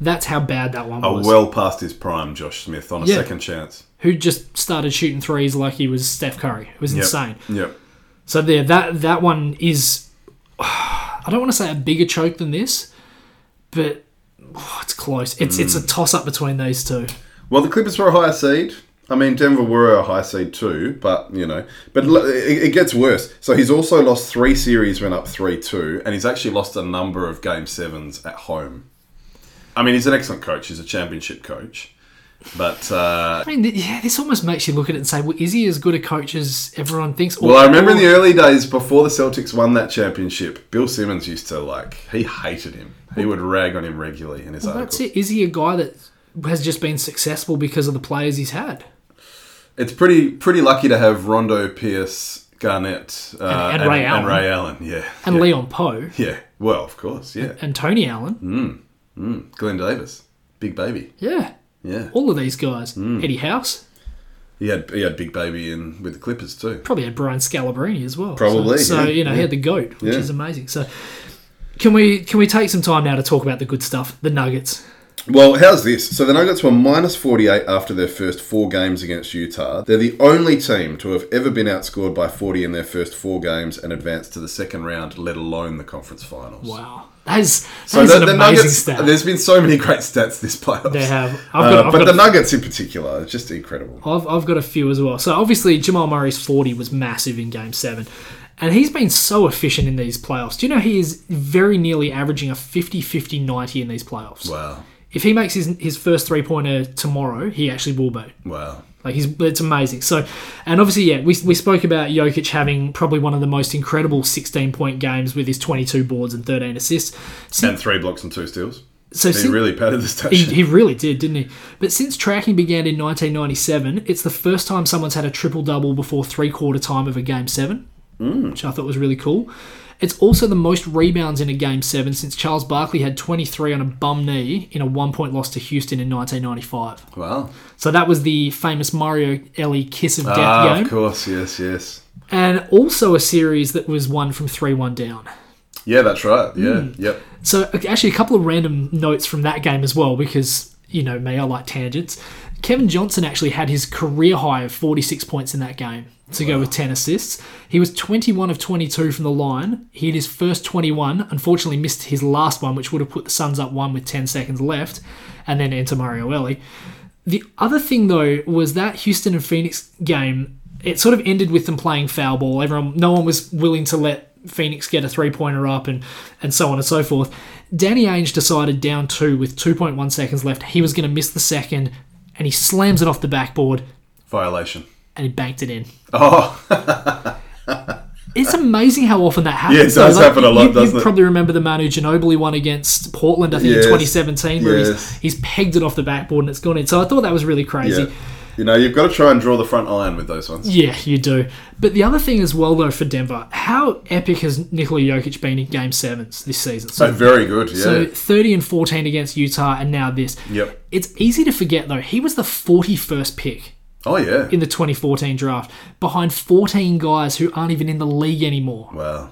That's how bad that one A was. Hmm. Oh, well past his prime, Josh Smith, on a Yeah. second chance. Who just started shooting threes like he was Steph Curry. It was Yep. insane. Yep. So, there, that, that one is. I don't want to say a bigger choke than this, but oh, it's close. It's, it's Hmm. a toss up between these two. Well, the Clippers were a higher seed. I mean, Denver were a high seed too, but you know, but l- it, it gets worse. So he's also lost three series when up three two, and he's actually lost a number of game sevens at home. I mean, he's an excellent coach. He's a championship coach, but uh, I mean, th- yeah, this almost makes you look at it and say, well, is he as good a coach as everyone thinks? Or- Well, I remember in the early days before the Celtics won that championship, Bill Simmons used to like he hated him. He would rag on him regularly in his That's articles. it. Is he a guy that has just been successful because of the players he's had? It's pretty pretty lucky to have Rondo, Pierce, Garnett, uh, And- and Ray Allen. Ray Allen. Yeah, And yeah. Leon Poe Yeah, well, of course, yeah. and Tony Mm. Allen. Glenn Davis, big baby. Yeah. Yeah, All of these guys. Mm. Eddie House. he had he had big baby in with the Clippers too. Probably had Brian Scalabrine as well. Probably, So, so, yeah, you know, he yeah. had the GOAT, which Yeah. is amazing. So can we can we take some time now to talk about the good stuff, the nuggets? Well, how's this? So the Nuggets were minus 48 after their first four games against Utah. They're the only team to have ever been outscored by 40 in their first four games and advanced to the second round, let alone the conference finals. Wow. That is, that So is the, an the amazing Nuggets, stat. there's been so many great stats this playoffs. They have. I've Uh, got, I've, but got the a- Nuggets in particular, just incredible. I've, I've got a few as well. So obviously Jamal Murray's 40 was massive in game 7. And he's been so efficient in these playoffs. Do you know he is very nearly averaging a 50 50 90 in these playoffs? Wow. If he makes his, his first three pointer tomorrow, he actually will be. Wow. Like he's it's amazing. So, and obviously, yeah, we, we spoke about Jokic having probably one of the most incredible 16 point games with his 22 boards and 13 assists. Sin- And three blocks and two steals. so He sin- really padded the stat he, sheet. he really did, didn't he? But since tracking began in 1997, it's the first time someone's had a triple double before three quarter time of a game seven, which I thought was really cool. It's also the most rebounds in a game seven since Charles Barkley had 23 on a bum knee in a one point loss to Houston in 1995. Wow. So that was the famous Mario Ellie kiss of death Ah, game, of course. Yes, yes. and also a series that was won from 3 1 down. Yeah, that's right. Yeah, Hmm. yep. So actually, a couple of random notes from that game as well, because you know me, I like tangents. Kevin Johnson actually had his career high of 46 points in that game to go with 10 assists. He was 21 of 22 from the line. He had his first 21. Unfortunately, missed his last one, which would have put the Suns up one with 10 seconds left, and then enter Mario Ellie. The other thing though was that Houston and Phoenix game. It sort of ended with them playing foul ball. Everyone, no one was willing to let Phoenix get a three pointer up, and and so on and so forth. Danny Ainge decided down two with 2.1 seconds left, he was going to miss the second, and he slams it off the backboard Violation. and he banked it in. Oh. It's amazing how often that happens. Yeah, it does though. happen a lot, you- doesn't you it? probably remember the Manu Ginobili one against Portland, I think Yes. in 2017, where Yes. he's, he's pegged it off the backboard and it's gone in. So I thought that was really crazy. Yeah. You know, you've got to try and draw the front iron with those ones. Yeah, you do. But the other thing as well, though, for Denver, how epic has Nikola Jokic been in Game Sevens this season? So Oh, very good. Yeah. So 30 and 14 against Utah, and now this. Yep. It's easy to forget, though, he was the 41st pick oh yeah. in the 2014 draft behind 14 guys who aren't even in the league anymore. Wow.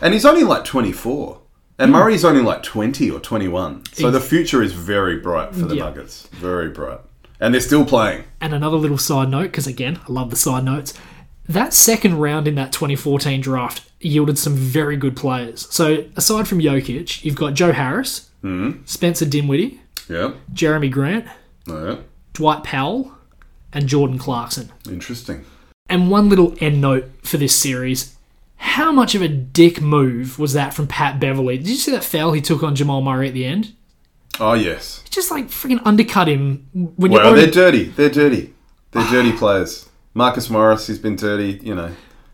And he's only like 24. Hmm. And Murray's only like 20 or 21. So the future is very bright for the Yeah. Nuggets. Very bright. And they're still playing. And another little side note, because again, I love the side notes. That second round in that 2014 draft yielded some very good players. So aside from Jokic, you've got Joe Harris, Spencer Dinwiddie, Yeah. Oh, Jeremy Grant, Yeah. Dwight Powell, and Jordan Clarkson. Interesting. And one little end note for this series. How much of a dick move was that from Pat Beverly? Did you see that foul he took on Jamal Murray at the end? Oh, yes. He just like freaking undercut him when Well, you're they're dirty. They're dirty. They're dirty players. Marcus Morris, he's been dirty, you know.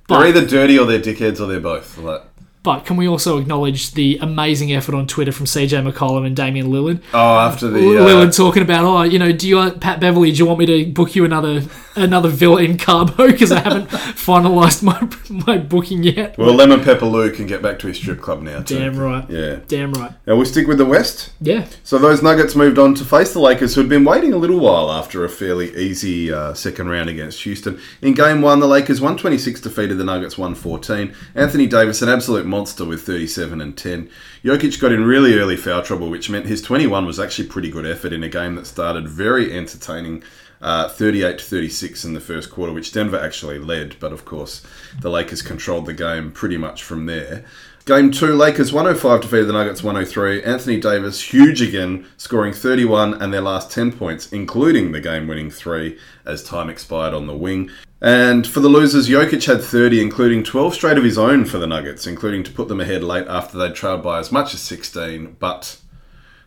But- They're either dirty or they're dickheads or they're both. Like, But can we also acknowledge the amazing effort on Twitter from CJ McCollum and Damian Lillard? oh, after the. Uh, Lillard talking about, oh, you know, do you want Pat Beverly? Do you want me to book you another another villa in Carbo because I haven't finalised my my booking yet? well, Lemon Pepper Lou can get back to his strip club now, too. Damn right. Yeah. Damn right. And we'll stick with the West. Yeah. So those Nuggets moved on to face the Lakers, who had been waiting a little while after a fairly easy uh, second round against Houston. In Game One, the Lakers 126 defeated the Nuggets 114. Anthony Davis, an absolute monster with 37 and 10. Jokic got in really early foul trouble, which meant his 21 was actually pretty good effort in a game that started very entertaining. Uh, 38 to 36 in the first quarter, which Denver actually led, but of course the Lakers controlled the game pretty much from there. Game two, Lakers 105 defeated the Nuggets 103. Anthony Davis, huge again, scoring 31 and their last 10 points, including the game winning three as time expired on the wing. And for the losers, Jokic had 30, including 12 straight of his own for the Nuggets, including to put them ahead late after they'd trailed by as much as 16. But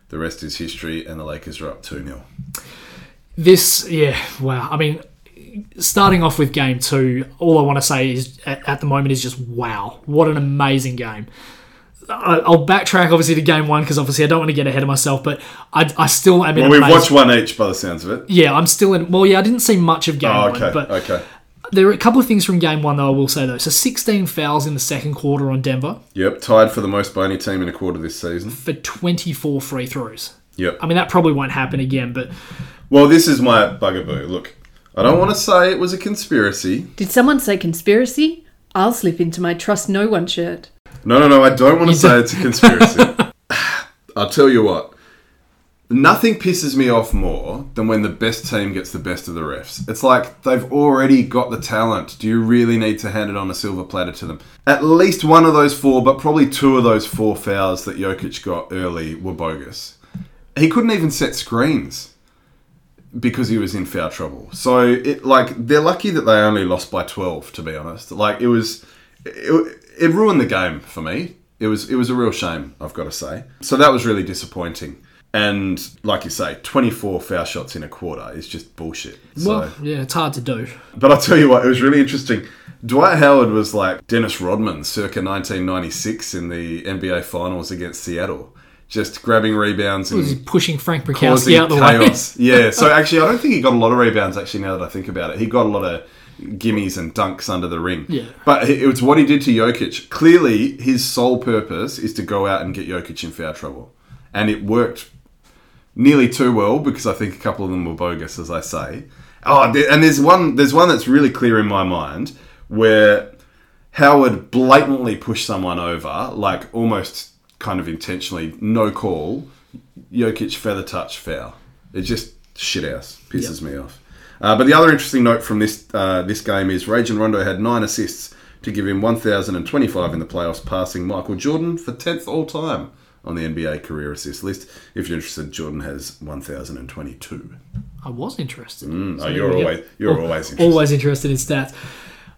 the rest is history, and the Lakers are up 2 0. This, yeah, wow. I mean, starting off with game two, all I want to say is at, at the moment is just wow, what an amazing game. I, I'll backtrack obviously to game one because obviously I don't want to get ahead of myself, but I, I still am in. Well, we've amazed- watched one each by the sounds of it. Yeah, I'm still in. Well, yeah, I didn't see much of game Oh, one, okay. but Okay. there are a couple of things from game one though I will say though. So 16 fouls in the second quarter on Denver Yep. Tied for the most by any team in a quarter this season. for 24 free throws. Yep. I mean, that probably won't happen again, but Well, this is my bugaboo. Look, I don't want to say it was a conspiracy. Did someone say conspiracy? I'll slip into my trust no one shirt. No, no, no, I don't want to say it's a conspiracy. I'll tell you what. Nothing pisses me off more than when the best team gets the best of the refs. It's like they've already got the talent. Do you really need to hand it on a silver platter to them? At least one of those four, but probably two of those four fouls that Jokic got early were bogus. He couldn't even set screens because he was in foul trouble. So it like they're lucky that they only lost by 12 to be honest. Like it was it, it ruined the game for me. It was it was a real shame, I've got to say. So that was really disappointing. And like you say, 24 foul shots in a quarter is just bullshit. So- well, yeah, it's hard to do. but I'll tell you what, it was really interesting. Dwight Howard was like Dennis Rodman circa 1996 in the NBA Finals against Seattle, just grabbing rebounds and He's pushing Frank causing Bukowski out the way. chaos. yeah. So actually, I don't think he got a lot of rebounds. Actually, now that I think about it, he got a lot of gimmies and dunks under the ring. Yeah. But it was what he did to Jokic. Clearly, his sole purpose is to go out and get Jokic in foul trouble, and it worked nearly too well because I think a couple of them were bogus, as I say. Oh, there- and there's one. There's one that's really clear in my mind where Howard blatantly pushed someone over, like almost kind of intentionally, no call. Jokic feather touch foul. It just shit house pisses me off. Uh, but the other interesting note from this uh, this game is Rajon Rondo had nine assists to give him 1,025 in the playoffs, passing Michael Jordan for 10th all time on the NBA career assist list. If you're interested, Jordan has 1,022. I was interested. Oh, you're always you're always interested. Always interested in stats.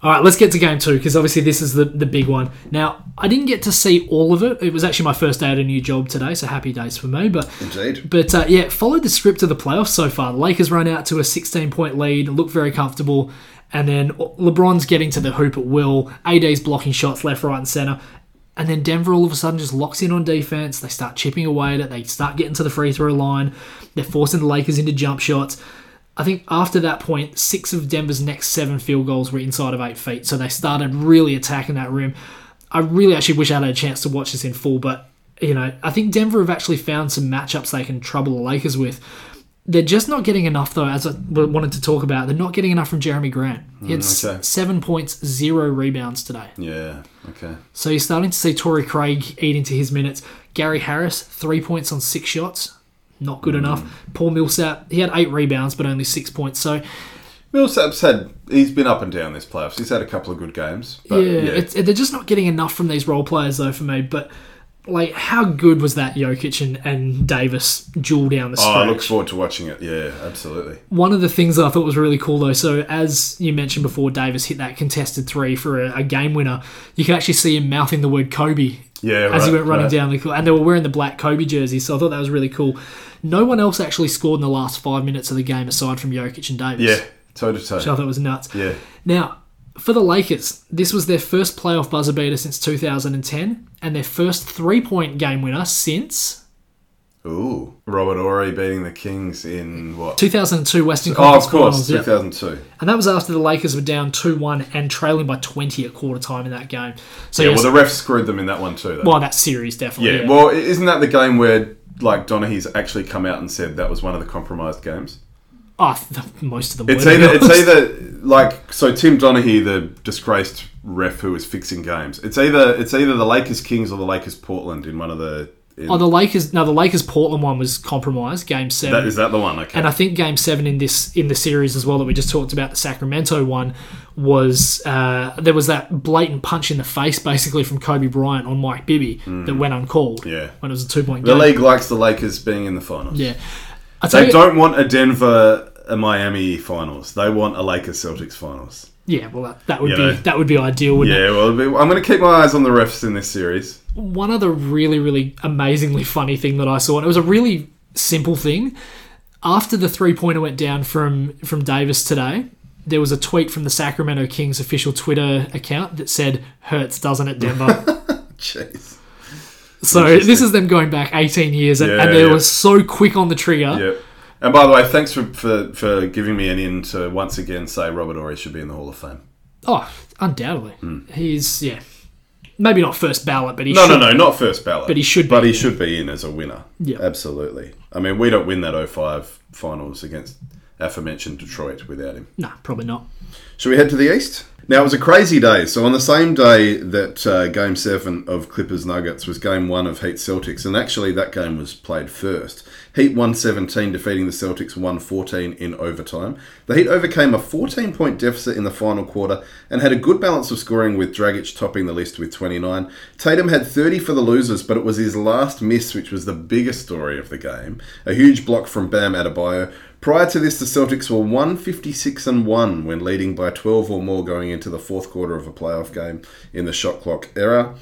All right, let's get to game two because obviously this is the, the big one. Now, I didn't get to see all of it. It was actually my first day at a new job today, so happy days for me. But Indeed. But uh, yeah, followed the script of the playoffs so far. The Lakers run out to a 16 point lead, look very comfortable, and then LeBron's getting to the hoop at will. AD's blocking shots left, right, and center. And then Denver all of a sudden just locks in on defense. They start chipping away at it. They start getting to the free throw line. They're forcing the Lakers into jump shots. I think after that point, six of Denver's next seven field goals were inside of eight feet, so they started really attacking that rim. I really actually wish I had a chance to watch this in full, but you know, I think Denver have actually found some matchups they can trouble the Lakers with. They're just not getting enough, though, as I w- wanted to talk about. They're not getting enough from Jeremy Grant. He had s- okay. seven points, zero rebounds today. Yeah. Okay. So you're starting to see Torrey Craig eat into his minutes. Gary Harris, three points on six shots. Not good enough. Paul Millsap, he had eight rebounds but only six points. So Millsap's had he's been up and down this playoffs. He's had a couple of good games, but yeah, yeah, It's, they're just not getting enough from these role players though for me. But like, how good was that Jokic and, and Davis duel down the oh, I stretch? look forward to watching it. Yeah, absolutely. One of the things that I thought was really cool though, so as you mentioned before, Davis hit that contested three for a, a game winner. You can actually see him mouthing the word Kobe Yeah, as he right, went running right. down the court. And they were wearing the black Kobe jersey, so I thought that was really cool. No one else actually scored in the last five minutes of the game aside from Jokic and Davis. Yeah, toe to Which I toe. thought was nuts. Yeah. Now, for the Lakers, this was their first playoff buzzer beater since 2010 and their first three point game winner since Ooh, Robert Ory beating the Kings in what? 2002 Western Oh, Conference of course, Finals. yeah. 2002. And that was after the Lakers were down 2 1 and trailing by 20 at quarter time in that game. So, Yeah, yes, well, well, the refs screwed them in that one too. Though. that series definitely. yeah. yeah. Well, i- isn't that the game where like Donahue's actually come out and said that was one of the compromised games? Oh, th- most of them It's were, to be either it's honest. either like so Tim Donahue, the disgraced ref who was fixing games. It's either it's either the Lakers Kings or the Lakers Portland in one of the. In, Oh, the Lakers. No, the Lakers Portland one was compromised. Game seven, that, is that the one? Okay. and I think game seven in this in the series as well that we just talked about, the Sacramento one was uh, there was that blatant punch in the face basically from Kobe Bryant on Mike Bibby that went uncalled. Hmm. Yeah. when it was a two point the game. league likes the Lakers being in the finals. yeah, I tell They you, don't want a Denver, a Miami finals. They want a Lakers Celtics finals. yeah. Well, that, that would You be know. that would be ideal, wouldn't it? Yeah, well, I'm going to keep my eyes on the refs in this series. one other really, really amazingly funny thing that I saw, and it was a really simple thing. After the three pointer went down from from Davis today, there was a tweet from the Sacramento Kings official Twitter account that said, "Hurts, doesn't it, Denver?" Jeez. so this is them going back 18 years, and, Yeah, and they yeah. were so quick on the trigger. Yep. And by the way, thanks for, for, for giving me an in to once again say Robert Ory should be in the Hall of Fame. Oh, undoubtedly, he's yeah, maybe not first ballot, but he Hmm. No, should. no, no, not first ballot. But he should be But he in. should be in as a winner. Yeah. Absolutely. I mean, we don't win that 05 finals against aforementioned Detroit without him. Nah, probably not. Should we head to the east? Now it was a crazy day. So on the same day that uh, Game Seven of Clippers Nuggets was Game One of Heat Celtics, and actually that game was played first. Heat one seventeen, defeating the Celtics one fourteen in overtime. The Heat overcame a fourteen point deficit in the final quarter and had a good balance of scoring, with Dragic topping the list with twenty nine. Tatum had thirty for the losers, but it was his last miss which was the biggest story of the game. A huge block from Bam Adebayo. Prior to this, the Celtics were 156 and 1 when leading by 12 or more going into the fourth quarter of a playoff game in the shot clock era.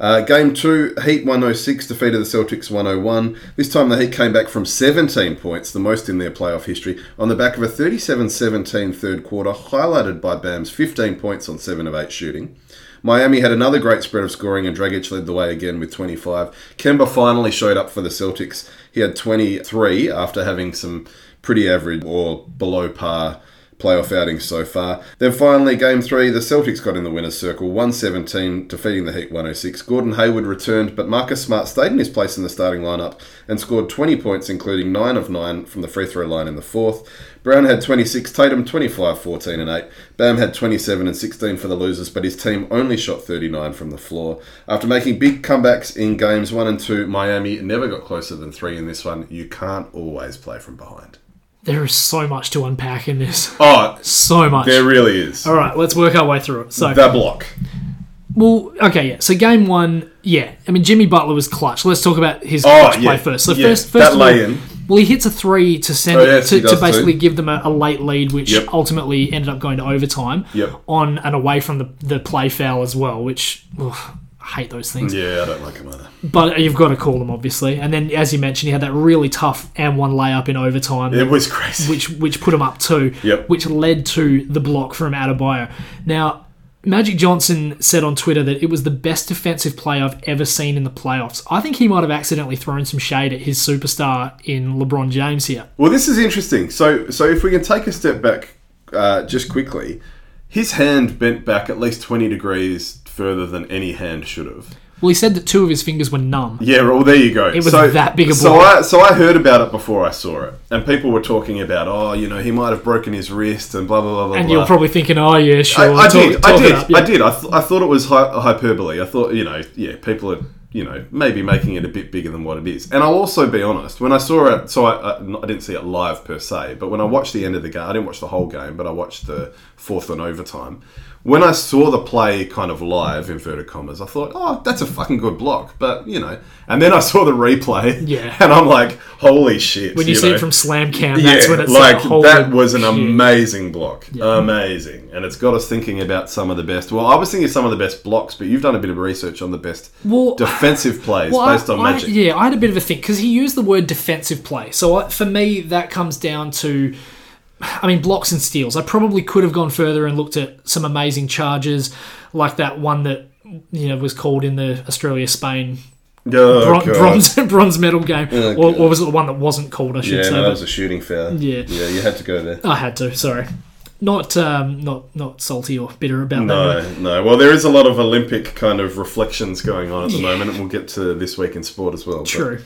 Uh, game 2, Heat 106 defeated the Celtics 101. This time the Heat came back from 17 points, the most in their playoff history, on the back of a 37 17 third quarter, highlighted by Bam's 15 points on 7 of 8 shooting. Miami had another great spread of scoring, and Dragic led the way again with 25. Kemba finally showed up for the Celtics. He had 23 after having some pretty average or below par playoff outings so far. Then finally, game three, the Celtics got in the winner's circle, 117, defeating the Heat 106. Gordon Hayward returned, but Marcus Smart stayed in his place in the starting lineup and scored 20 points, including 9 of 9 from the free throw line in the fourth. Brown had 26, Tatum 25, 14 and 8. Bam had 27 and 16 for the losers, but his team only shot 39 from the floor. After making big comebacks in games 1 and 2, Miami never got closer than 3 in this one. You can't always play from behind. There is so much to unpack in this. Oh, So much. there really is. All right, let's work our way through it. So The block. Well, okay, yeah. So game one, yeah. I mean, Jimmy Butler was clutch. Let's talk about his Oh, clutch play yeah. first. So Yeah, first, first that of all- lay-in. Well, he hits a three to send Oh, it- yes, to, he to does basically too. give them a, a late lead, which Yep. ultimately ended up going to overtime Yep. on and away from the, the play foul as well, which. ugh, I hate those things, Yeah, I don't like him either. but you've got to call them obviously. And then, as you mentioned, he had that really tough and one layup in overtime It was crazy. which which put him up two, Yep. which led to the block from Adebayo. Now, Magic Johnson said on Twitter that it was the best defensive play I've ever seen in the playoffs. I think he might have accidentally thrown some shade at his superstar in LeBron James here. Well, this is interesting. So, so if we can take a step back uh, just quickly, his hand bent back at least 20 degrees further than any hand should have. Well, he said that two of his fingers were numb. Yeah, well, there you go. It was that big a So blow. I, so I heard about it before I saw it, and people were talking about, oh, you know, he might have broken his wrist and blah blah blah blah. And blah. you're probably thinking, oh, yeah, I, sure. I talk- did, I talk it did, up, yeah. I did. I, th- I thought it was hy- hyperbole. I thought, you know, yeah, people are, you know, maybe making it a bit bigger than what it is. And I'll also be honest, when I saw it, so I, I, I didn't see it live per se, but when I watched the end of the game, I didn't watch the whole game, but I watched the fourth and overtime. When I saw the play kind of live, inverted commas, I thought, oh, that's a fucking good block. But, you know, and then I saw the replay, Yeah. and I'm like, holy shit. When you, see know? it from Slam Cam, that's when it's like like, holy that was an shit. amazing block, amazing, and it's got us thinking about some of the best. Well, I was thinking some of the best blocks, but you've done a bit of research on the best Well- defensive plays Well, based I- on I- magic. yeah, I had a bit of a think because he used the word defensive play. So I, for me, that comes down to, I mean, blocks and steals. I probably could have gone further and looked at some amazing charges, like that one that you know was called in the Australia Spain Oh, bron- God. bronze bronze medal game, or, God. or was it the one that wasn't called? I should Yeah, say. no, that but- was a shooting foul. Yeah. yeah, you had to go there. I had to. Sorry, not um, not not salty or bitter about that. No, no. Well, there is a lot of Olympic kind of reflections going on at the moment, and we'll get to this week in sport as well. but- True.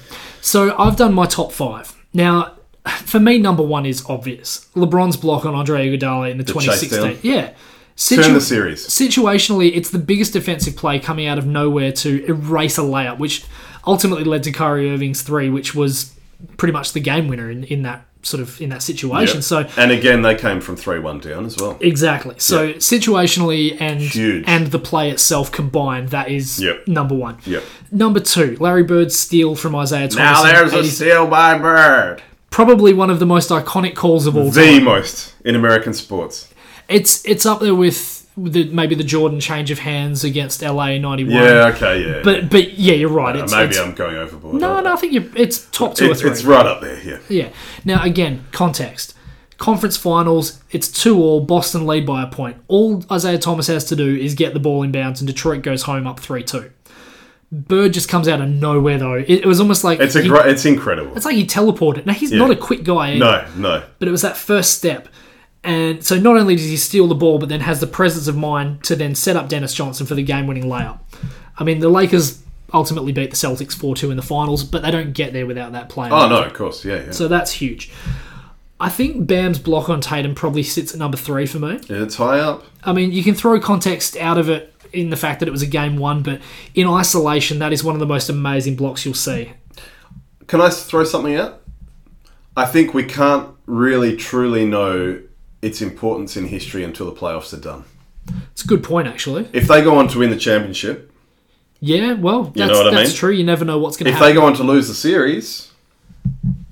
So I've done my top five. Now, for me, number one is obvious. LeBron's block on Andre Iguodala in the, chase 2016. down. Yeah. Turn the Situ- series. Situationally, it's the biggest defensive play coming out of nowhere to erase a layup, which ultimately led to Kyrie Irving's three, which was pretty much the game winner in, in that sort of in that situation. Yep. So and again, they came from three-one down as well. Exactly. So situationally and Huge. and the play itself combined, that is Yep. number one. Yep. Number two, Larry Bird's steal from Isaiah Thomas. Now in there's a 80s steal by Bird, probably one of the most iconic calls of all time. the most in American sports. It's it's up there with the maybe the Jordan change of hands against LA in '91. Yeah, okay, yeah. but but yeah, you're right. Uh, It's, Maybe it's- I'm going overboard. no, no, I think you it's top two It's, or three. it's right up there, yeah. Yeah. Now again, context. Conference finals, it's two all. Boston lead by a point. All Isaiah Thomas has to do is get the ball inbounds, and Detroit goes home up three two. Bird just comes out of nowhere though. It, it was almost like It's a he, great, it's incredible. it's like he teleported. Now he's not a quick guy. either no, no. but it was that first step. And so not only does he steal the ball, but then has the presence of mind to then set up Dennis Johnson for the game winning layup. I mean, the Lakers ultimately beat the Celtics 4 2 in the finals, but they don't get there without that play. Oh no, of course, yeah, yeah. So that's huge. I think Bam's block on Tatum probably sits at number three for me. it's high up. I mean, you can throw context out of it in the fact that it was a game one, but in isolation, that is one of the most amazing blocks you'll see. Can I throw something out? I think we can't really truly know its importance in history until the playoffs are done. It's a good point, actually. If they go on to win the championship, Yeah, well, that's, what I that's mean? true. You never know what's going to if they happen. go on to lose the series,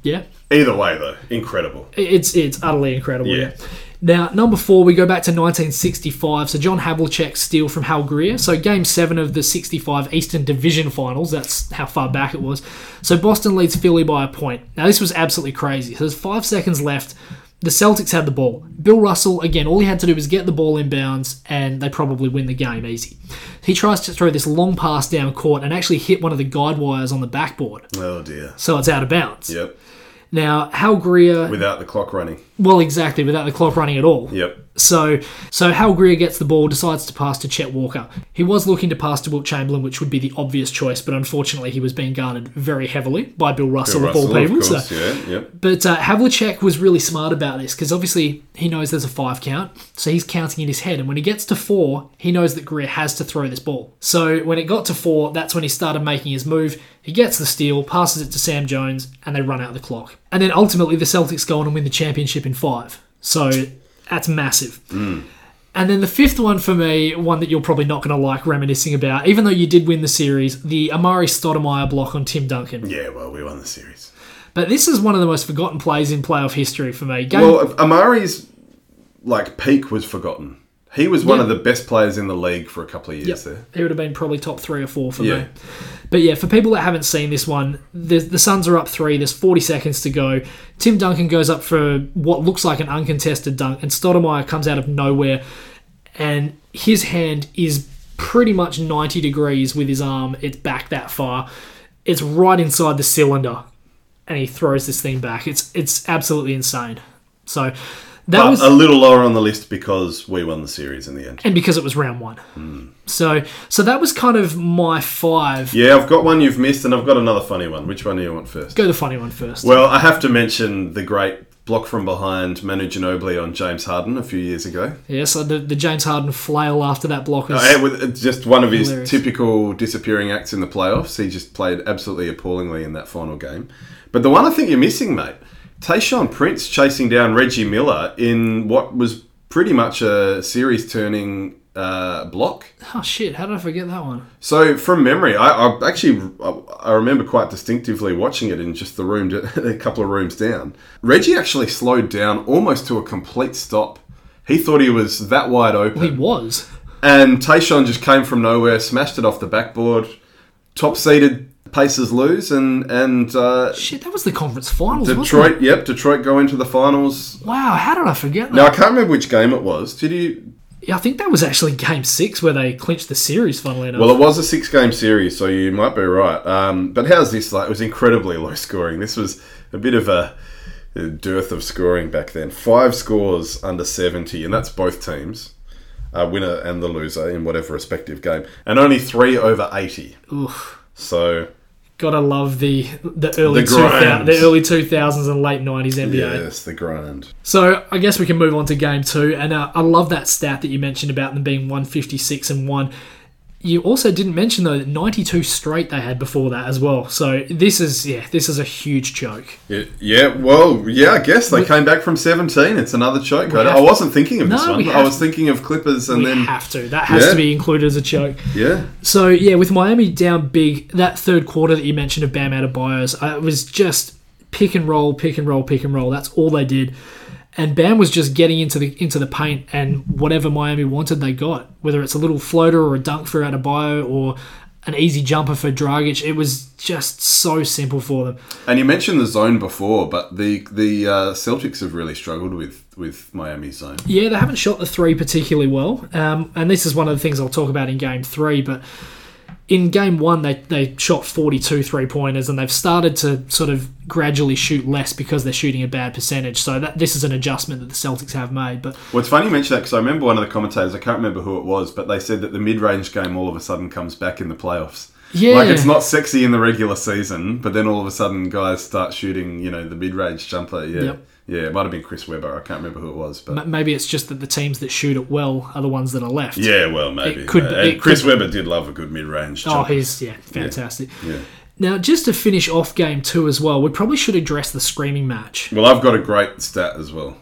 yeah. either way though, incredible. It's it's utterly incredible. Yeah. Yeah. Now, number four, we go back to 1965. So John Havlicek's steal from Hal Greer. So game seven of the 65 Eastern Division Finals. That's how far back it was. So Boston leads Philly by a point. Now this was absolutely crazy. So there's five seconds left. The Celtics had the ball. Bill Russell, again, all he had to do was get the ball inbounds, and they probably win the game easy. He tries to throw this long pass down court and actually hit one of the guide wires on the backboard, Oh dear. so it's out of bounds. Yep. Now, Hal Greer, Without the clock running. well, exactly, without the clock running at all. Yep. So, so Hal Greer gets the ball, decides to pass to Chet Walker. He was looking to pass to Wilt Chamberlain, which would be the obvious choice, but unfortunately, he was being guarded very heavily by Bill Russell, of all Russell, people. of course, so. yeah, yep. But uh, Havlicek was really smart about this because obviously he knows there's a five count, so he's counting in his head. And when he gets to four, he knows that Greer has to throw this ball. So when it got to four, that's when he started making his move. He gets the steal, passes it to Sam Jones, and they run out the clock. And then ultimately, the Celtics go on and win the championship in five. So that's massive. And then the fifth one for me, one that you're probably not going to like reminiscing about, even though you did win the series, the Amari Stoudemire block on Tim Duncan. Yeah, well, we won the series. But this is one of the most forgotten plays in playoff history for me. Game, Well, Amari's like peak was forgotten. He was one Yeah. of the best players in the league for a couple of years there. he would have been probably top three or four for Yeah. me. But yeah, for people that haven't seen this one, the, the Suns are up three. There's 40 seconds to go. Tim Duncan goes up for what looks like an uncontested dunk, and Stoudemire comes out of nowhere and his hand is pretty much 90 degrees with his arm. It's back that far. It's right inside the cylinder, and he throws this thing back. It's it's absolutely insane. So that But was Uh, a little lower on the list because we won the series in the end. and because it was round one. So so that was kind of my five. Yeah, I've got one you've missed, and I've got another funny one. Which one do you want first? Go the funny one first. Well, I have to mention the great block from behind Manu Ginobili on James Harden a few years ago. yeah, so the, the James Harden flail after that block was Uh, with- it's just one of his Hilarious. typical disappearing acts in the playoffs. He just played absolutely appallingly in that final game. But the one I think you're missing, mate, Tayshawn Prince chasing down Reggie Miller in what was pretty much a series turning uh, block. oh shit! How did I forget that one? So from memory, I, I actually I, I remember quite distinctively watching it in just the room, a couple of rooms down. Reggie actually slowed down almost to a complete stop. He thought he was that wide open. He was. And Tayshawn just came from nowhere, smashed it off the backboard. Top seeded Pacers lose, and and uh, Shit, that was the conference finals. Wasn't Detroit. Yep, Detroit go into the finals. it? Wow, how did I forget that? Now I can't remember which game it was. Did you? Yeah, I think that was actually Game Six where they clinched the series. Funnily enough, Well, it was a six game series, so you might be right. Um, but how's this like? It was incredibly low scoring. This was a bit of a a dearth of scoring back then. Five scores under 70, and that's both teams, uh, winner and the loser in whatever respective game, and only three over 80. Oof. So gotta love the the early The two thou- grind. the early two thousands and late nineties NBA. Yes, the grind. So I guess we can move on to game two, and uh, I love that stat that you mentioned about them being one fifty six and one. You also didn't mention though that ninety two straight they had before that as well. So this is yeah, this is a huge joke. It, yeah, well, yeah, I guess they came back from 17. It's another choke. I, have I to- wasn't thinking of this No, we one. I have was thinking of Clippers and We then. have to. That has Yeah. to be included as a joke. Yeah. So yeah, with Miami down big, that third quarter that you mentioned of Bam Adebayo's, uh, it was just pick and roll, pick and roll, pick and roll. That's all they did, and Bam was just getting into the into the paint, and whatever Miami wanted, they got. Whether it's a little floater or a dunk for Adebayo or an easy jumper for Dragic, it was just so simple for them. And you mentioned the zone before, but the the uh, Celtics have really struggled with, with Miami's zone. Yeah, they haven't shot the three particularly well, um, and this is one of the things I'll talk about in game three. But in game one, they, they shot 42 three pointers, and they've started to sort of gradually shoot less because they're shooting a bad percentage. So that this is an adjustment that the Celtics have made. But Well, it's funny you mention that because I remember one of the commentators, I can't remember who it was, but they said that the mid range game all of a sudden comes back in the playoffs. Yeah. Like it's not sexy in the regular season, but then all of a sudden guys start shooting, you know, the mid range jumper. Yeah. Yep. Yeah, it might have been Chris Webber. I can't remember who it was, but. m- maybe it's just that the teams that shoot it well are the ones that are left. Yeah, well, maybe. It could- Uh, it Chris could- Webber did love a good mid-range. Oh, jumper. he's yeah, fantastic. yeah. Now, just to finish off game two as well, we probably should address the screaming match. Well, I've got a great stat as well.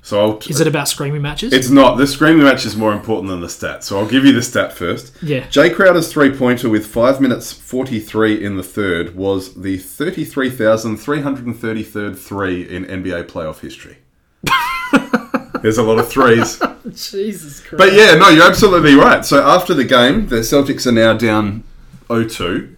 So I'll. Is it about screaming matches? it's not. The screaming match is more important than the stat. So I'll give you the stat first. Yeah. Jay Crowder's three-pointer with five minutes forty-three in the third was the thirty-three thousand three hundred and thirty-third three in NBA playoff history. There's a lot of threes. Jesus Christ. But yeah, no, you're absolutely right. So after the game, the Celtics are now down 0-2.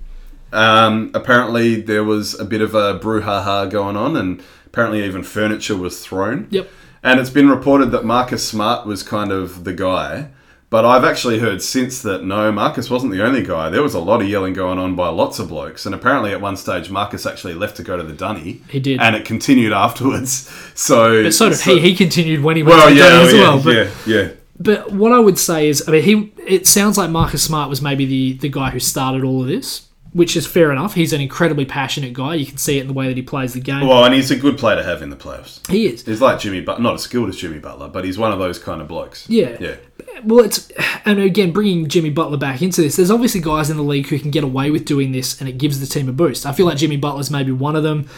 Um, apparently, there was a bit of a brouhaha going on, and apparently, even furniture was thrown. Yep. And it's been reported that Marcus Smart was kind of the guy. But I've actually heard since that no, Marcus wasn't the only guy. There was a lot of yelling going on by lots of blokes. And apparently, at one stage, Marcus actually left to go to the dunny. He did. And it continued afterwards. So. But so did he. He continued when he went Well, to the yeah, game as yeah, well. But yeah, yeah. But what I would say is, I mean, he. It sounds like Marcus Smart was maybe the the guy who started all of this, which is fair enough. He's an incredibly passionate guy. You can see it in the way that he plays the game. Well, and he's a good player to have in the playoffs. he is. He's like Jimmy, but not as skilled as Jimmy Butler, but he's one of those kind of blokes. Yeah. yeah. Well, it's and again bringing Jimmy Butler back into this. There's obviously guys in the league who can get away with doing this, and it gives the team a boost. I feel like Jimmy Butler's maybe one of them.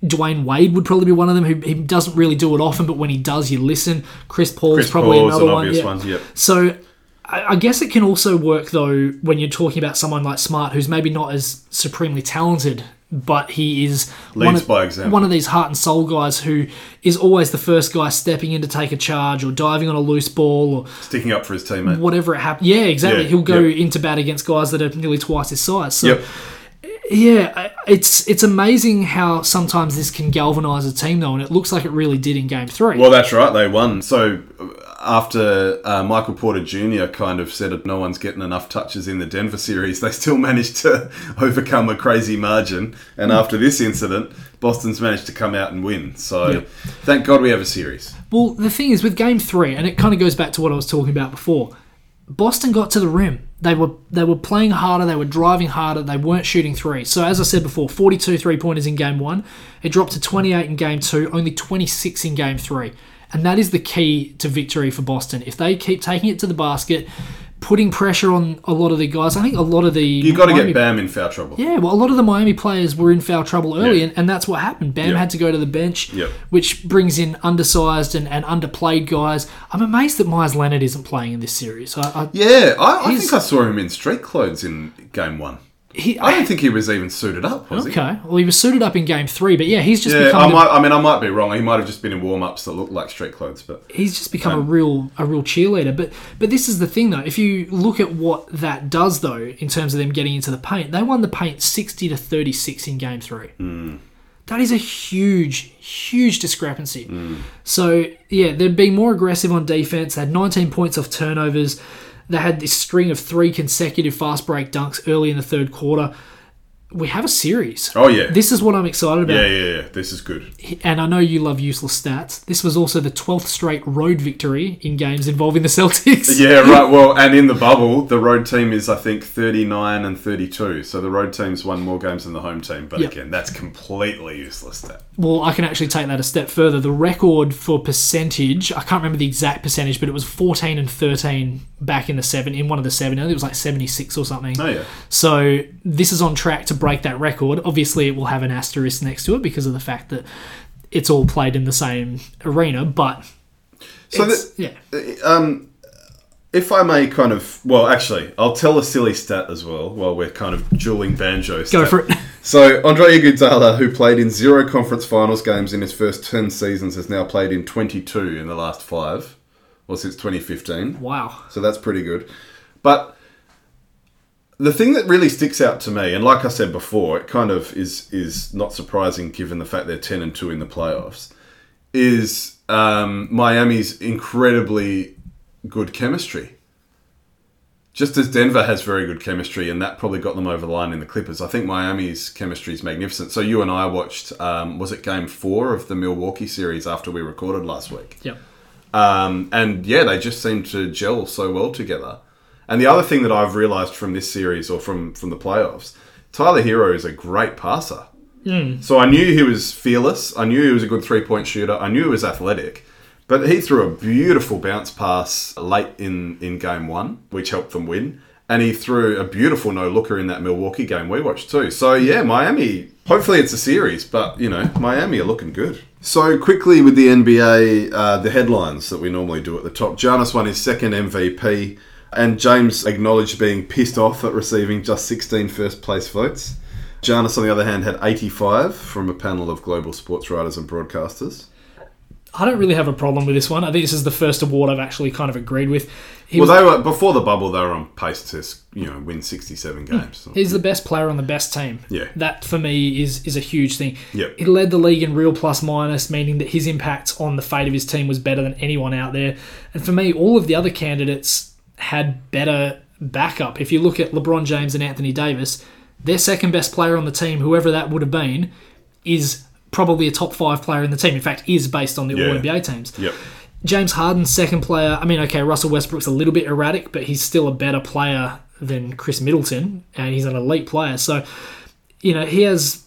Dwayne Wade would probably be one of them who he doesn't really do it often, but when he does, you listen. Chris Paul's Chris probably Paul's another an one. obvious yeah. one. Yep. So I, I guess it can also work though when you're talking about someone like Smart, who's maybe not as supremely talented, but he is one Leads of, by example. One of these heart and soul guys who is always the first guy stepping in to take a charge or diving on a loose ball or Sticking up for his teammate. whatever it happens. Yeah, exactly. Yeah, He'll go yep. into bat against guys that are nearly twice his size. So Yep. yeah, I- it's it's amazing how sometimes this can galvanize a team though, and it looks like it really did in Game Three. Well, that's right. They won. So uh, after uh, Michael Porter Jr. kind of said that no one's getting enough touches in the Denver series, they still managed to overcome a crazy margin. Hmm. And after this incident, Boston's managed to come out and win. So Yep. thank God we have a series. Well, the thing is with game three, and it kind of goes back to what I was talking about before. Boston got to the rim. They were they were playing harder. They were driving harder. They weren't shooting three. So as I said before, 42 three pointers in game one. It dropped to 28 in game two. Only 26 in game three. And that is the key to victory for Boston. If they keep taking it to the basket, putting pressure on a lot of the guys, I think a lot of the you got to Miami- get Bam in foul trouble. yeah, well, a lot of the Miami players were in foul trouble early, Yeah. and, and that's what happened. Bam Yeah. had to go to the bench, Yeah. which brings in undersized and, and underplayed guys. I'm amazed that Myers Leonard isn't playing in this series. I, I, Yeah, I, I He's- think I saw him in street clothes in game one. he, I don't think he was even suited up, was he? okay, well, he was suited up in game three, but yeah, he's just Yeah, become I the- might. I mean, I might be wrong. He might have just been in warm ups that looked like street clothes, but he's just become Um, a real a real cheerleader. But but this is the thing though. If you look at what that does though, in terms of them getting into the paint, they won the paint sixty to thirty six in game three. Mm. That is a huge, huge discrepancy. Mm. So yeah, they're being more aggressive on defense. They had nineteen points off turnovers. They had this string of three consecutive fast break dunks early in the third quarter. We have a series. oh yeah, This is what I'm excited about yeah, yeah, yeah. This is good. and I know you love useless stats. This was also the 12th straight road victory in games involving the Celtics. Yeah, right. Well, and in the bubble, the road team is I think thirty nine and thirty two. So the road team's won more games than the home team. But Yep. again, that's completely useless. That Well, I can actually take that a step further. The record for percentage, I can't remember the exact percentage, but it was 14 and 13 back in the 7 in one of the 7. I think it was like 76 or something. oh yeah, So this is on track to break that record. Obviously, it will have an asterisk next to it because of the fact that it's all played in the same arena, but So uh, it's- yeah. if I may, kind of. Well, actually, I'll tell a silly stat as well. While we're kind of dueling banjos. Go for it. So Andre Iguodala, who played in zero conference finals games in his first ten seasons, has now played in twenty two in the last five, or since twenty fifteen. Wow. So that's pretty good. But the thing that really sticks out to me, and like I said before, it kind of is is not surprising given the fact they're ten and two in the playoffs, is um, Miami's incredibly good chemistry. Just as Denver has very good chemistry, and that probably got them over the line in the Clippers. I think Miami's chemistry is magnificent. So you and I watched, um, was it Game Four of the Milwaukee series after we recorded last week? Yep. Um, and yeah, they just seem to gel so well together. And the other thing that I've realised from this series or from from the playoffs, Tyler Hero is a great passer. So I knew he was fearless. I knew he was a good three point shooter. I knew he was athletic. But he threw a beautiful bounce pass late in, in game one, which helped them win. And he threw a beautiful no looker in that Milwaukee game we watched too. So yeah, Miami. Hopefully it's a series, but you know Miami are looking good. So quickly with the NBA, uh, the headlines that we normally do at the top. Giannis won his second MVP, and James acknowledged being pissed off at receiving just 16 first place votes. Giannis, on the other hand, had 85 from a panel of global sports writers and broadcasters. I don't really have a problem with this one. I think this is the first award I've actually kind of agreed with. He Well, was, they were before the bubble. They were on pace to you know win 67 games. So- he's the best player on the best team. Yeah. That for me is is a huge thing. Yep. He led the league in real plus minus, meaning that his impact on the fate of his team was better than anyone out there. And for me, all of the other candidates had better backup. If you look at LeBron James and Anthony Davis, their second best player on the team, whoever that would have been, is probably a top five player in the team. In fact, is based on the All NBA teams. Yep. James Harden's second player. I mean, okay, Russell Westbrook's a little bit erratic, but he's still a better player than Chris Middleton, and he's an elite player. So, you know, he has.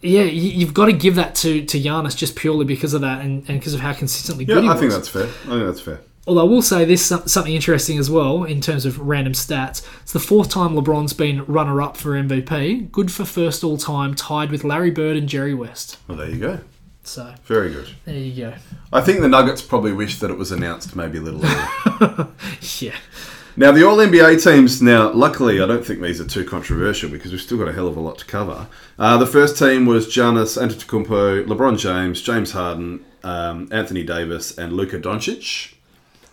Yeah, y- you've got to give that to to Giannis just purely because of that, and, and because of how consistently good he Yeah, I was. think that's fair. I think that's fair. Although I will say this some- something interesting as well in terms of random stats. It's the fourth time LeBron's been runner up for MVP, good for first all time, tied with Larry Bird and Jerry West. Well, there you go. So Very good. there you go. I think the Nuggets probably wish that it was announced maybe a little earlier. Yeah. now the All NBA teams. Now, luckily, I don't think these are too controversial because we've still got a hell of a lot to cover. Uh, the first team was Giannis Antetokounmpo, LeBron James, James Harden, um, Anthony Davis, and Luka Doncic.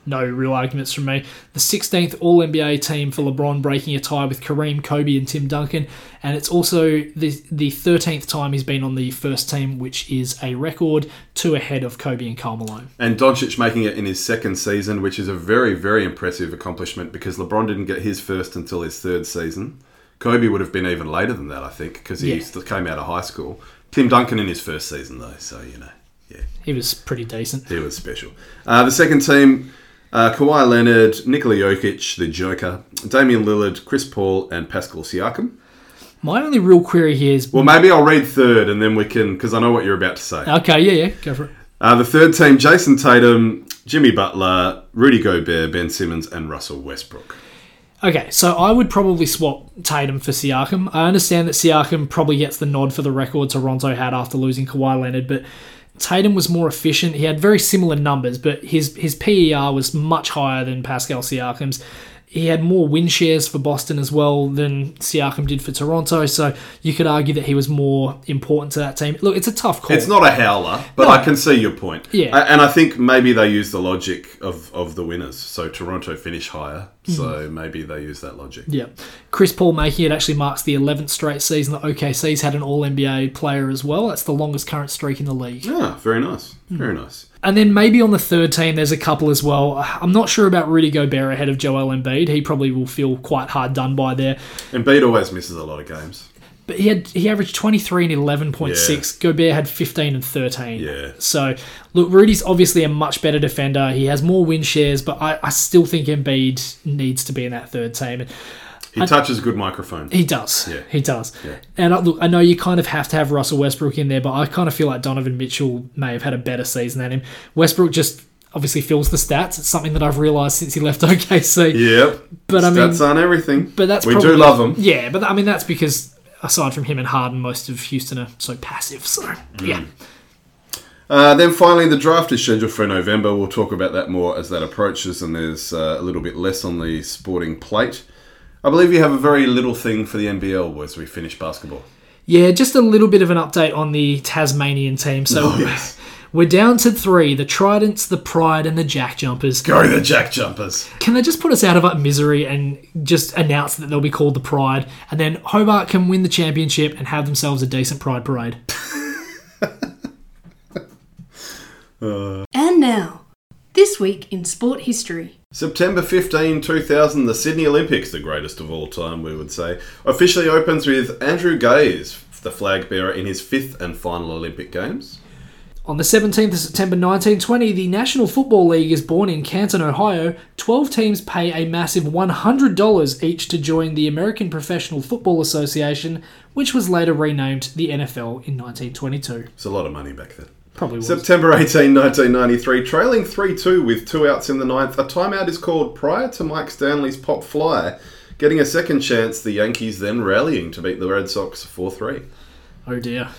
no real arguments from me. The 16th All NBA team for LeBron, breaking a tie with Kareem, Kobe, and Tim Duncan. And it's also the, the 13th time he's been on the first team, which is a record, two ahead of Kobe and Karl Malone. And Doncic making it in his second season, which is a very, very impressive accomplishment because LeBron didn't get his first until his third season. Kobe would have been even later than that, I think, because he Yeah. still came out of high school. Tim Duncan in his first season, though, so you know, yeah, He was pretty decent. he was special. Uh, the second team: uh, Kawhi Leonard, Nikola Jokic, the Joker, Damian Lillard, Chris Paul, and Pascal Siakam. My only real query here is. Well, maybe I'll read third, and then we can, because I know what you're about to say. Okay, yeah, yeah, go for it. Uh, the third team: Jason Tatum, Jimmy Butler, Rudy Gobert, Ben Simmons, and Russell Westbrook. Okay, so I would probably swap Tatum for Siakam. I understand that Siakam probably gets the nod for the record Toronto had after losing Kawhi Leonard, but Tatum was more efficient. He had very similar numbers, but his his PER was much higher than Pascal Siakam's. He had more win shares for Boston as well than Siakam did for Toronto, so you could argue that he was more important to that team. Look, it's a tough call. It's not a howler, but No. I can see your point. Yeah. A- and I think maybe they use the logic of, of the winners. So Toronto finish higher, so maybe they use that logic. Mm. Yeah. Chris Paul making it actually marks the 11th straight season that OKC's had an All NBA player as well. That's the longest current streak in the league. Ah, very nice, very Mm. nice. And then maybe on the third team, there's a couple as well. I'm not sure about Rudy Gobert ahead of Joel Embiid. He probably will feel quite hard done by there. And Embiid always misses a lot of games. But he had he averaged 23 and 11.6. Gobert had 15 and 13. Yeah. So look, Rudy's obviously a much better defender. He has more win shares, but I, I still think Embiid needs to be in that third team. And He touches good microphones. He does. Yeah. He does. And I, look, I know you kind of have to have Russell Westbrook in there, but I kind of feel like Donovan Mitchell may have had a better season than him. Westbrook just obviously fills the stats. It's something that I've realised since he left OKC. Yep. But I mean- that's on everything. But that's we probably, do love him. Yeah, but I mean that's because aside from him and Harden, most of Houston are so passive. So Mm. yeah, Uh, then finally, the draft is scheduled for November. We'll talk about that more as that approaches, and there's uh, a little bit less on the sporting plate. I believe you have a very little thing for the NBL as we finish basketball. yeah. Just a little bit of an update on the Tasmanian team. So. Oh, yes. We're down to three: the Tridents, the Pride, and the Jack Jumpers. Go the Jack Jumpers. Can they just put us out of our misery and just announce that they'll be called the Pride, and then Hobart can win the championship and have themselves a decent Pride parade? And now, this week in sport history. September 15, 2000, the Sydney Olympics, the greatest of all time, we would say, officially opens with Andrew Gaze, the flag bearer, in his fifth and final Olympic Games. On the 17th of September 1920, the National Football League is born in Canton, Ohio. 12 teams pay a massive $100 each to join the American Professional Football Association, which was later renamed the NFL in 1922. It's a lot of money back then. Probably was. September 18, 1993, trailing 3 2 with two outs in the ninth, a timeout is called prior to Mike Stanley's pop fly. Getting a second chance, the Yankees then rallying to beat the Red Sox 4 3. Oh dear.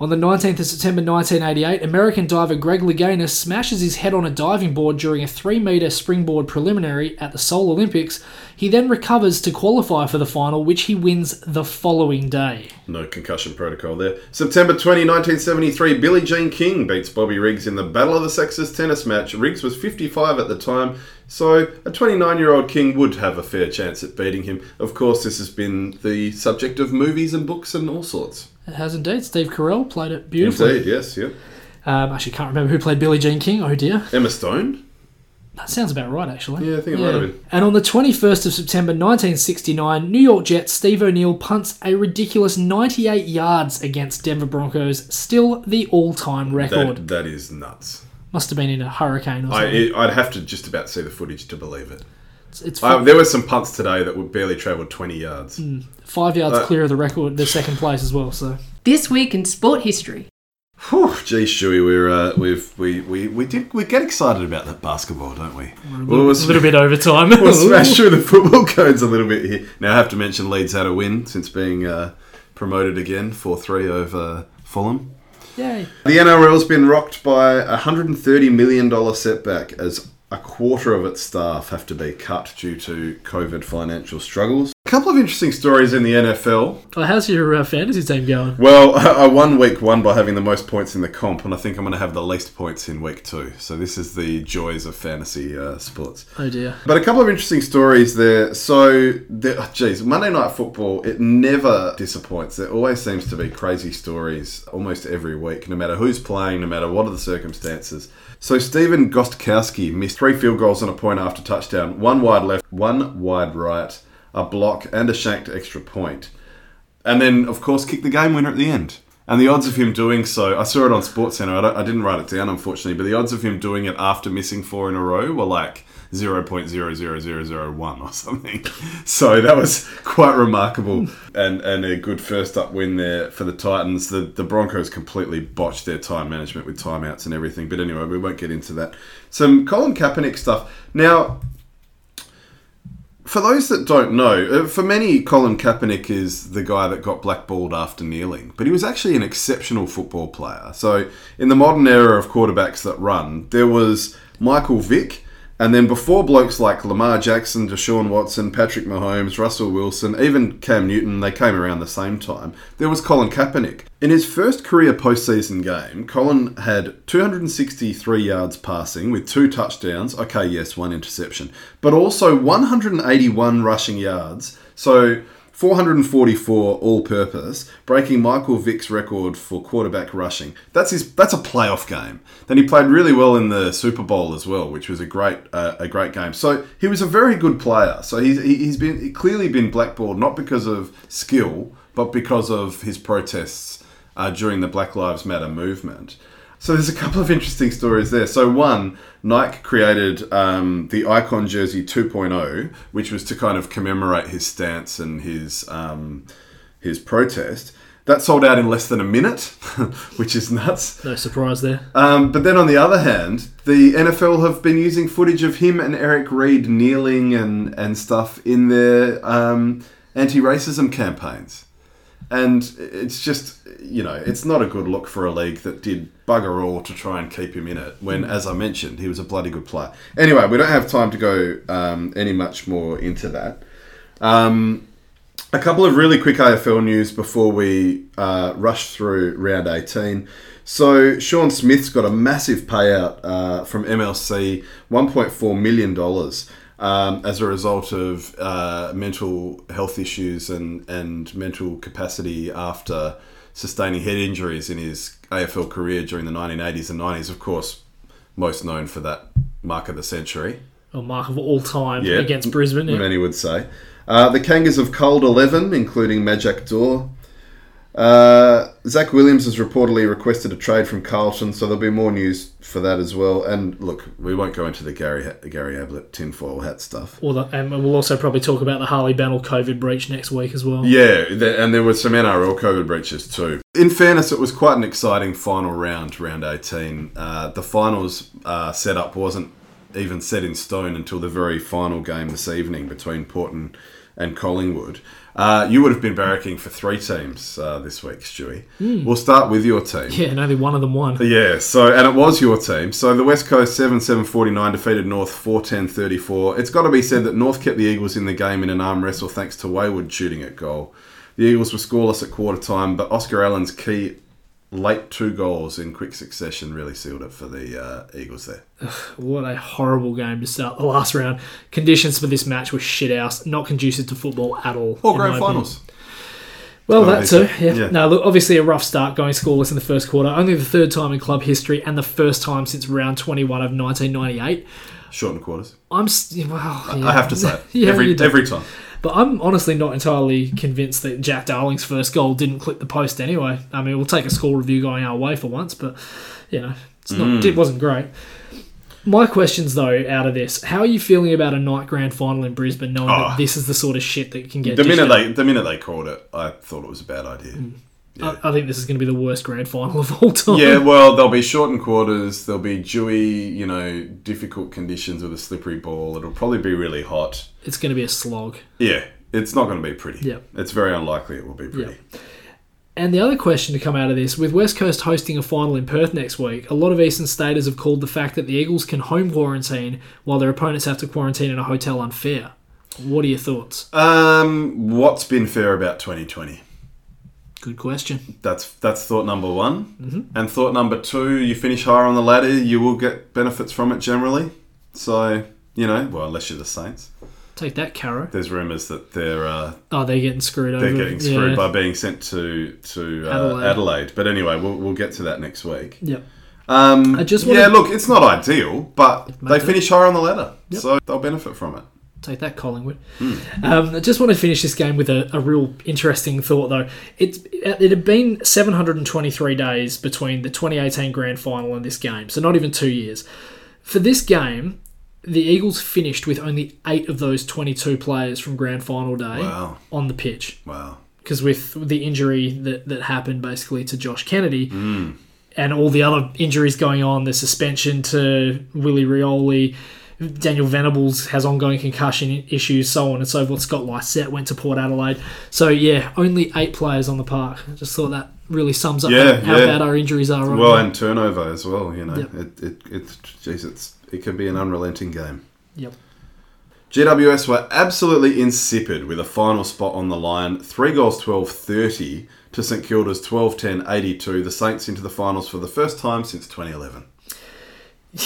On the 19th of September 1988, American diver Greg Louganis smashes his head on a diving board during a 3 metre springboard preliminary at the Seoul Olympics. He then recovers to qualify for the final, which he wins the following day. No concussion protocol there. September 20, 1973, Billie Jean King beats Bobby Riggs in the Battle of the Sexes tennis match. Riggs was 55 at the time, so a 29 year old King would have a fair chance at beating him. Of course, this has been the subject of movies and books and all sorts. It has indeed. Steve Carell played it beautifully. Indeed, yes, yep. Um, actually, can't remember who played Billie Jean King. Oh dear. Emma Stone? That sounds about right, actually. Yeah, I think it might have been. And on the 21st of September 1969, New York Jets Steve O'Neill punts a ridiculous 98 yards against Denver Broncos, still the all-time record. That, that is nuts. Must have been in a hurricane or I, something. it, I'd have to just about see the footage to believe it. it's it's I, fi- there were some punts today that would barely travel 20 yards. five yards uh, clear of the record, the second place as well. So This week in sport history. Whew, gee, Shuey, we're uh, we've we, we we did we get excited about that basketball, don't we? Well, we'll, a little bit overtime. we'll smash through the football codes a little bit here. Now I have to mention Leeds had a win since being uh, promoted again, four three over Fulham. Yay! The NRL's been rocked by a hundred and thirty million dollar setback as a quarter of its staff have to be cut due to COVID financial struggles. couple of interesting stories in the NFL. Oh, how's your uh, fantasy team going? Well, I won week one by having the most points in the comp, and I think I'm going to have the least points in week two. So this is the joys of fantasy uh, sports. Oh dear. But a couple of interesting stories there. So, the, oh, geez, Monday Night Football, it never disappoints. There always seems to be crazy stories almost every week, no matter who's playing, no matter what are the circumstances. So, Stephen Gostkowski missed three field goals and a point after touchdown, one wide left, one wide right, a block, and a shanked extra point. And then, of course, kicked the game winner at the end. And the odds of him doing so, I saw it on SportsCenter. I, don't, I didn't write it down, unfortunately, but the odds of him doing it after missing four in a row were like 0.00001 or something. So that was quite remarkable and, and a good first up win there for the Titans. The, the Broncos completely botched their time management with timeouts and everything. But anyway, we won't get into that. Some Colin Kaepernick stuff. Now, for those that don't know, uh, for many, Colin Kaepernick is the guy that got blackballed after kneeling, but he was actually an exceptional football player. So, in the modern era of quarterbacks that run, there was Michael Vick, and then before blokes like Lamar Jackson, Deshaun Watson, Patrick Mahomes, Russell Wilson, even Cam Newton, they came around the same time, there was Colin Kaepernick. In his first career postseason game, Colin had 263 yards passing with two touchdowns. Okay, yes, one interception, but also 181 rushing yards. So 444 all-purpose, breaking Michael Vick's record for quarterback rushing. That's his. That's a playoff game. Then he played really well in the Super Bowl as well, which was a great uh, a great game. So he was a very good player. So he's he's been he's clearly been blackballed not because of skill, but because of his protests uh, during the Black Lives Matter movement. So there's a couple of interesting stories there. So one, Nike created um, the Icon Jersey 2.0, which was to kind of commemorate his stance and his um, his protest. That sold out in less than a minute, which is nuts. No surprise there. Um, but then on the other hand, the NFL have been using footage of him and Eric Reed kneeling and and stuff in their um, anti-racism campaigns and it's just you know it's not a good look for a league that did bugger all to try and keep him in it when as i mentioned he was a bloody good player anyway we don't have time to go um, any much more into that um, a couple of really quick afl news before we uh, rush through round 18 so sean smith's got a massive payout uh, from mlc $1.4 million um, as a result of uh, mental health issues and, and mental capacity after sustaining head injuries in his AFL career during the 1980s and 90s. Of course, most known for that mark of the century. Or Oh, mark of all time against Brisbane. yeah. many would say. Uh, the Kangas have culled 11, including Majak Dor. Uh, Zach Williams has reportedly requested a trade from Carlton, so there'll be more news for that as well. And look, we won't go into the Gary Gary Ablett tinfoil hat stuff. Or the, and we'll also probably talk about the Harley Battle COVID breach next week as well. Yeah, th- and there were some NRL COVID breaches too. In fairness, it was quite an exciting final round, round 18. Uh, the finals uh, setup wasn't even set in stone until the very final game this evening between Port and, and Collingwood. Uh, you would have been barracking for three teams uh, this week, Stewie. We'll start with your team. Yeah, and only one of them won. Yeah, so and it was your team. So the West Coast 7-7-49 defeated North 4-10-34. It's got to be said that North kept the Eagles in the game in an arm wrestle thanks to Wayward shooting at goal. The Eagles were scoreless at quarter time, but Oscar Allen's key late two goals in quick succession really sealed it for the uh, Eagles there. What a horrible game to start the last round. Conditions for this match were shithouse, not conducive to football at all. Or in my grand opinion. finals. Well, Oh, that is too. it? Yeah. Yeah. No, look, obviously a rough start going scoreless in the first quarter. Only the third time in club history and the first time since round 21 of 1998. Short and quarters. I'm st- well, yeah. I have to say. it. Yeah, you every do. every time. But I'm honestly not entirely convinced that Jack Darling's first goal didn't clip the post anyway. I mean, we'll take a score review going our way for once, but you know, it's not, Hmm. it wasn't great. My questions though, out of this, how are you feeling about a night grand final in Brisbane, knowing Oh. that this is the sort of shit that can get? The dished minute out? they the minute they called it, I thought it was a bad idea. Mm. I, I think this is going to be the worst grand final of all time. Yeah, well, there'll be shortened quarters. There'll be dewy, you know, difficult conditions with a slippery ball. It'll probably be really hot. it's going to be a slog. Yeah, it's not going to be pretty. Yeah. it's very unlikely it will be pretty. And the other question to come out of this, with West Coast hosting a final in Perth next week, a lot of Eastern Staters have called the fact that the Eagles can home quarantine while their opponents have to quarantine in a hotel unfair. What are your thoughts? Um, what's been fair about 2020? Good question. That's that's thought number one. Mm-hmm. And thought number two, you finish higher on the ladder, you will get benefits from it generally. So you know, well, unless you're the Saints. Take that, Caro. There's rumours that they're uh, Oh, they're getting screwed they're over. getting screwed yeah. by being sent to to uh, Adelaide. Adelaide. But anyway, we'll, we'll get to that next week. Yep. Um, I just yeah, wanna- look, it's not ideal, but they makes it- finish higher on the ladder, so they'll benefit from it. Take that, Collingwood. Um, I just want to finish this game with a, a real interesting thought, though. It's it had been 723 days between the 2018 Grand Final and this game, so not even two years. For this game, the Eagles finished with only eight of those 22 players from Grand Final day Wow. on the pitch Wow. because with the injury that, that happened basically to Josh Kennedy Mm. and all the other injuries going on, the suspension to Willie Rioli, Daniel Venables has ongoing concussion issues, so on and so forth. Scott Lysette went to Port Adelaide. So, yeah, only eight players on the park. I just thought that really sums up Yeah, how yeah. bad our injuries are. Right Well, now. and turnover as well. You know, Yep. it, it it's geez, it's it can be an unrelenting game. Yep. GWS were absolutely insipid with a final spot on the line, three goals 12 30 to St Kilda's 12 10 82, the Saints into the finals for the first time since 2011.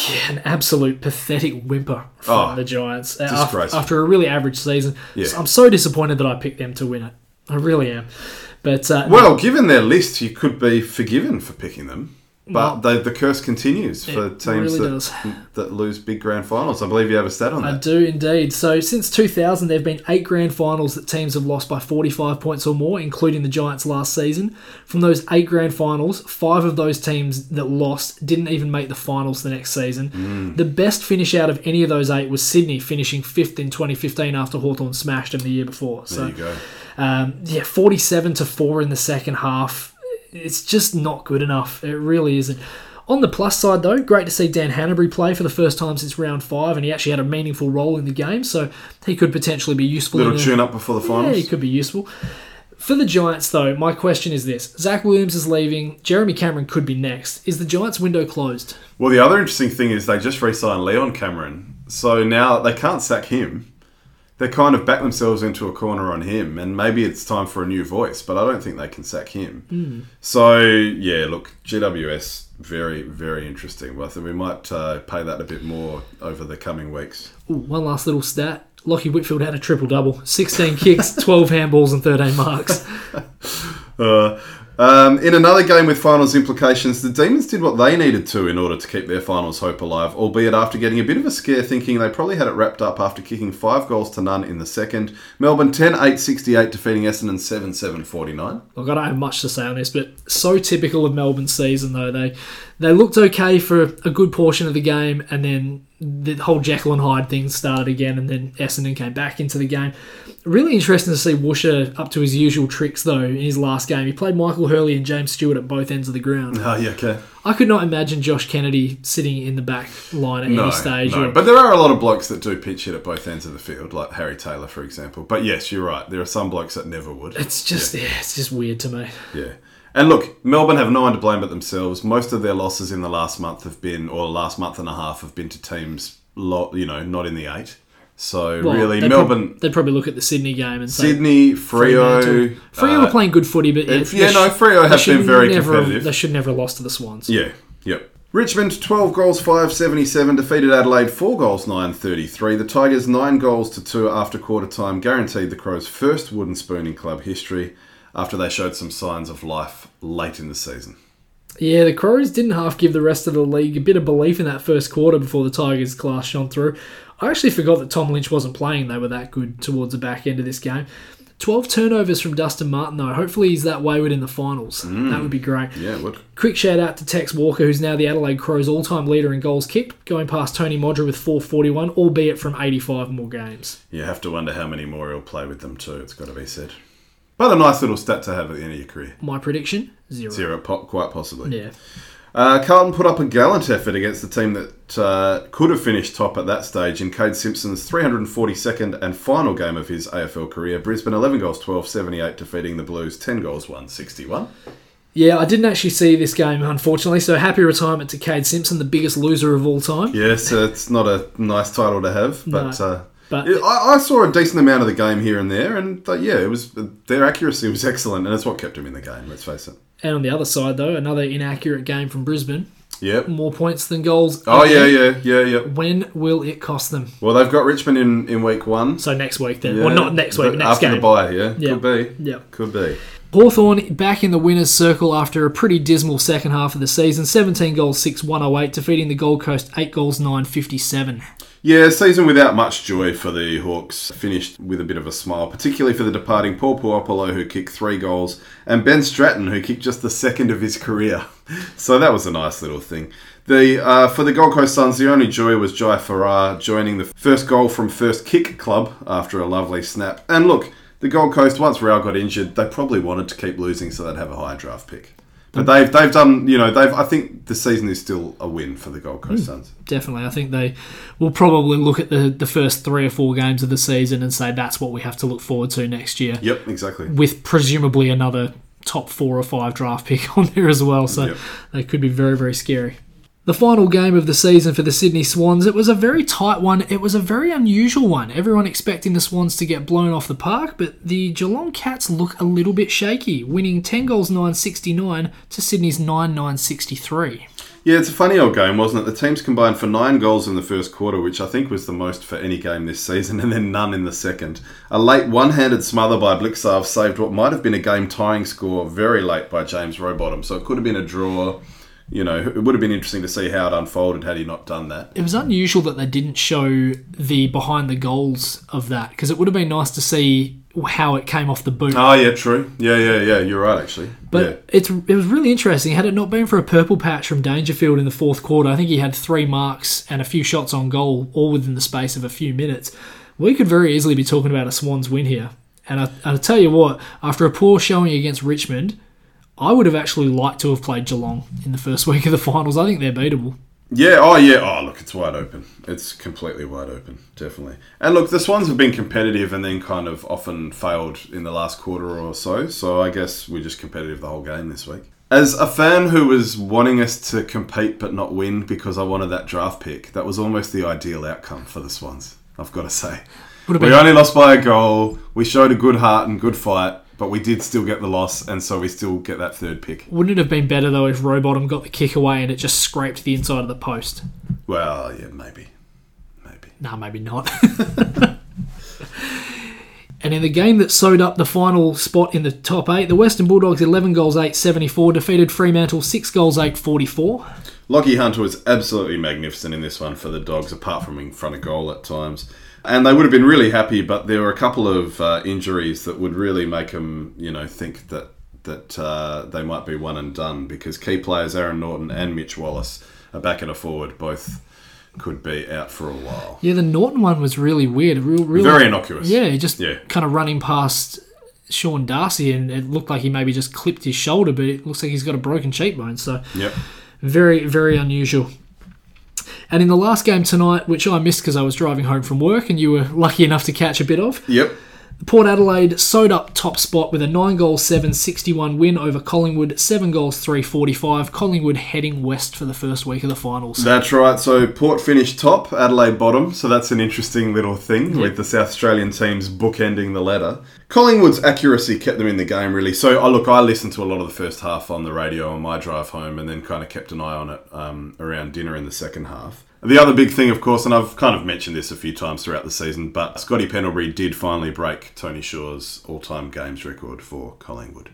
Yeah, an absolute pathetic whimper from Oh, the Giants uh, af- disgraceful. after a really average season. Yeah. I'm so disappointed that I picked them to win it. I really am. But uh, Well, given their list, you could be forgiven for picking them. But they, the curse continues for It teams really that, does. that lose big grand finals. I believe you have a stat on I that. do indeed. So since 2000, there have been eight grand finals that teams have lost by 45 points or more, including the Giants last season. From those eight grand finals, five of those teams that lost didn't even make the finals the next season. Mm. The best finish out of any of those eight was Sydney, finishing fifth in 2015 after Hawthorn smashed them the year before. There So you go. um, yeah, 47 to 4 in the second half. It's just not good enough. It really isn't. On the plus side, though, great to see Dan Hanbury play for the first time since round five, and he actually had a meaningful role in the game, so he could potentially be useful. Little in a- tune up before the yeah, finals. he could be useful. For the Giants, though, my question is this Zach Williams is leaving, Jeremy Cameron could be next. Is the Giants' window closed? Well, the other interesting thing is they just re-signed Leon Cameron, so now they can't sack him. They kind of back themselves into a corner on him, and maybe it's time for a new voice. But I don't think they can sack him. Hmm. So yeah, look, GWS very very interesting. Well, I think we might uh, pay that a bit more over the coming weeks. Ooh, one last little stat. Lockie Whitfield had a triple double 16 kicks, 12 handballs, and 13 marks. Uh, um, in another game with finals implications, the Demons did what they needed to in order to keep their finals hope alive, albeit after getting a bit of a scare, thinking they probably had it wrapped up after kicking five goals to none in the second. Melbourne 10 8 68, defeating Essendon 7 7 49. Look, I don't have much to say on this, but so typical of Melbourne's season though. They they looked okay for a good portion of the game, and then the whole Jekyll and Hyde thing started again, and then Essendon came back into the game. Really interesting to see Woosha up to his usual tricks though in his last game. He played Michael Hurley and James Stewart at both ends of the ground. Oh, yeah, okay. I could not imagine Josh Kennedy sitting in the back line at No, any stage. no. or- But there are a lot of blokes that do pitch hit at both ends of the field, like Harry Taylor, for example. But yes, you're right. There are some blokes that never would. it's just yeah, it's just weird to me. Yeah. And look, Melbourne have no one to blame but themselves. Most of their losses in the last month have been, or last month and a half, have been to teams, lo- you know, not in the eight. So Well, really, they'd prob- Melbourne, they'd probably look at the Sydney game and say, Sydney, Frio, Fremantle. Freo uh, were playing good footy, but yeah, if- yeah, they no, sh- Freo they have should been very never competitive. Have, they should never have lost to the Swans. Yeah, yep. Richmond, 12 goals, 5 77, defeated Adelaide, 4 goals, 9 33. The Tigers, 9 goals to 2 after quarter time, guaranteed the Crows' first wooden spoon in club history after they showed some signs of life late in the season. Yeah, the Crows didn't half give the rest of the league a bit of belief in that first quarter before the Tigers' class shone through. I actually forgot that Tom Lynch wasn't playing. They were that good towards the back end of this game. 12 turnovers from Dustin Martin, though. Hopefully, he's that wayward in the finals. Mm. That would be great. Yeah, what? Quick shout out to Tex Walker, who's now the Adelaide Crows all time leader in goals kicked, going past Tony Modra with 441, albeit from 85 more games. You have to wonder how many more he'll play with them too. It's got to be said. But a nice little stat to have at the end of your career. My prediction? Zero. Zero, po- quite possibly. Yeah. Uh, Carlton put up a gallant effort against the team that uh, could have finished top at that stage in Cade Simpson's 342nd and final game of his AFL career. Brisbane 11 goals 12 78, defeating the Blues 10 goals 161. Yeah, I didn't actually see this game, unfortunately. So happy retirement to Cade Simpson, the biggest loser of all time. Yes, uh, it's not a nice title to have, but No. uh, But It- I, I saw a decent amount of the game here and there, and uh, yeah, it was their accuracy was excellent, and it's what kept him in the game. Let's face it. and on the other side though, another inaccurate game from Brisbane. Yep. More points than goals. Oh yeah, yeah, yeah, yeah. When will it cost them? Well, they've got Richmond in, in week one. So next week then. Yeah. Well, not next week. But Next after game. the bye. Yeah, Yeah. could be. Yeah. Could be. Hawthorn back in the winners' circle after a pretty dismal second half of the season. 17 goals, 6 108, defeating the Gold Coast 8 goals, 9 57. Yeah, season without much joy for the Hawks finished with a bit of a smile, particularly for the departing Paul Puopolo, who kicked three goals, and Ben Stratton, who kicked just the second of his career. So that was a nice little thing. The uh, For the Gold Coast Suns, the only joy was Jai Farrar joining the first goal from First Kick Club after a lovely snap. And look, the Gold Coast, once Rao got injured, they probably wanted to keep losing so they'd have a high draft pick. But they've, they've done, you know, they've I think the season is still a win for the Gold Coast Suns. Definitely. I think they will probably look at the, the first three or four games of the season and say that's what we have to look forward to next year, Yep, exactly. with presumably another top four or five draft pick on there as well. So Yep. they could be very, very scary. The final game of the season for the Sydney Swans, it was a very tight one. It was a very unusual one. Everyone expecting the Swans to get blown off the park, but the Geelong Cats look a little bit shaky, winning 10 goals 969 to Sydney's 9 963. Yeah, it's a funny old game, wasn't it? The teams combined for nine goals in the first quarter, which I think was the most for any game this season, and then none in the second. A late one handed smother by Blixarv saved what might have been a game tying score very late by James Rowbottom, so it could have been a draw. You know, it would have been interesting to see how it unfolded had he not done that. It was unusual that they didn't show the behind the goals of that because it would have been nice to see how it came off the boot. Oh, yeah, true. Yeah, yeah, yeah, you're right, actually. But yeah. it's it was really interesting. Had it not been for a purple patch from Dangerfield in the fourth quarter, I think he had three marks and a few shots on goal, all within the space of a few minutes. We could very easily be talking about a Swans win here. And I, I'll tell you what, after a poor showing against Richmond, I would have actually liked to have played Geelong in the first week of the finals. I think they're beatable. Yeah, oh yeah, oh look, it's wide open. It's completely wide open, definitely. And look, the Swans have been competitive and then kind of often failed in the last quarter or so, so I guess we're just competitive the whole game this week. As a fan who was wanting us to compete but not win because I wanted that draft pick, that was almost the ideal outcome for the Swans, I've got to say. Would have We been only lost by a goal, we showed a good heart and good fight, but we did still get the loss, and so we still get that third pick. Wouldn't it have been better though if Robottom got the kick away and it just scraped the inside of the post? Well, yeah, maybe. Maybe. Nah, maybe not. and in the game that sewed up the final spot in the top eight, the Western Bulldogs 11 goals 8 74 defeated Fremantle 6 goals 8 44. Lockie Hunter was absolutely magnificent in this one for the Dogs, apart from in front of goal at times. And they would have been really happy, but there were a couple of uh, injuries that would really make them, you know, think that that uh, they might be one and done because key players Aaron Norton and Mitch Wallace, a back and a forward, both could be out for a while. Yeah, the Norton one was really weird. Real, real, Very innocuous. Yeah, he just Yeah. kind of running past Sean Darcy and it looked like he maybe just clipped his shoulder, but it looks like he's got a broken cheekbone. So Yep. Very, very unusual. And in the last game tonight, which I missed because I was driving home from work and you were lucky enough to catch a bit of, Yep. Port Adelaide sewed up top spot with a 9 goals 7 61 win over Collingwood, 7 goals 3 45. Collingwood heading west for the first week of the finals. That's right. So Port finished top, Adelaide bottom. So that's an interesting little thing with the South Australian teams bookending the ladder. Collingwood's accuracy kept them in the game, really. So I look, I listened to a lot of the first half on the radio on my drive home, and then kind of kept an eye on it um, around dinner in the second half. The other big thing, of course, and I've kind of mentioned this a few times throughout the season, but Scotty Pendlebury did finally break Tony Shaw's all-time games record for Collingwood.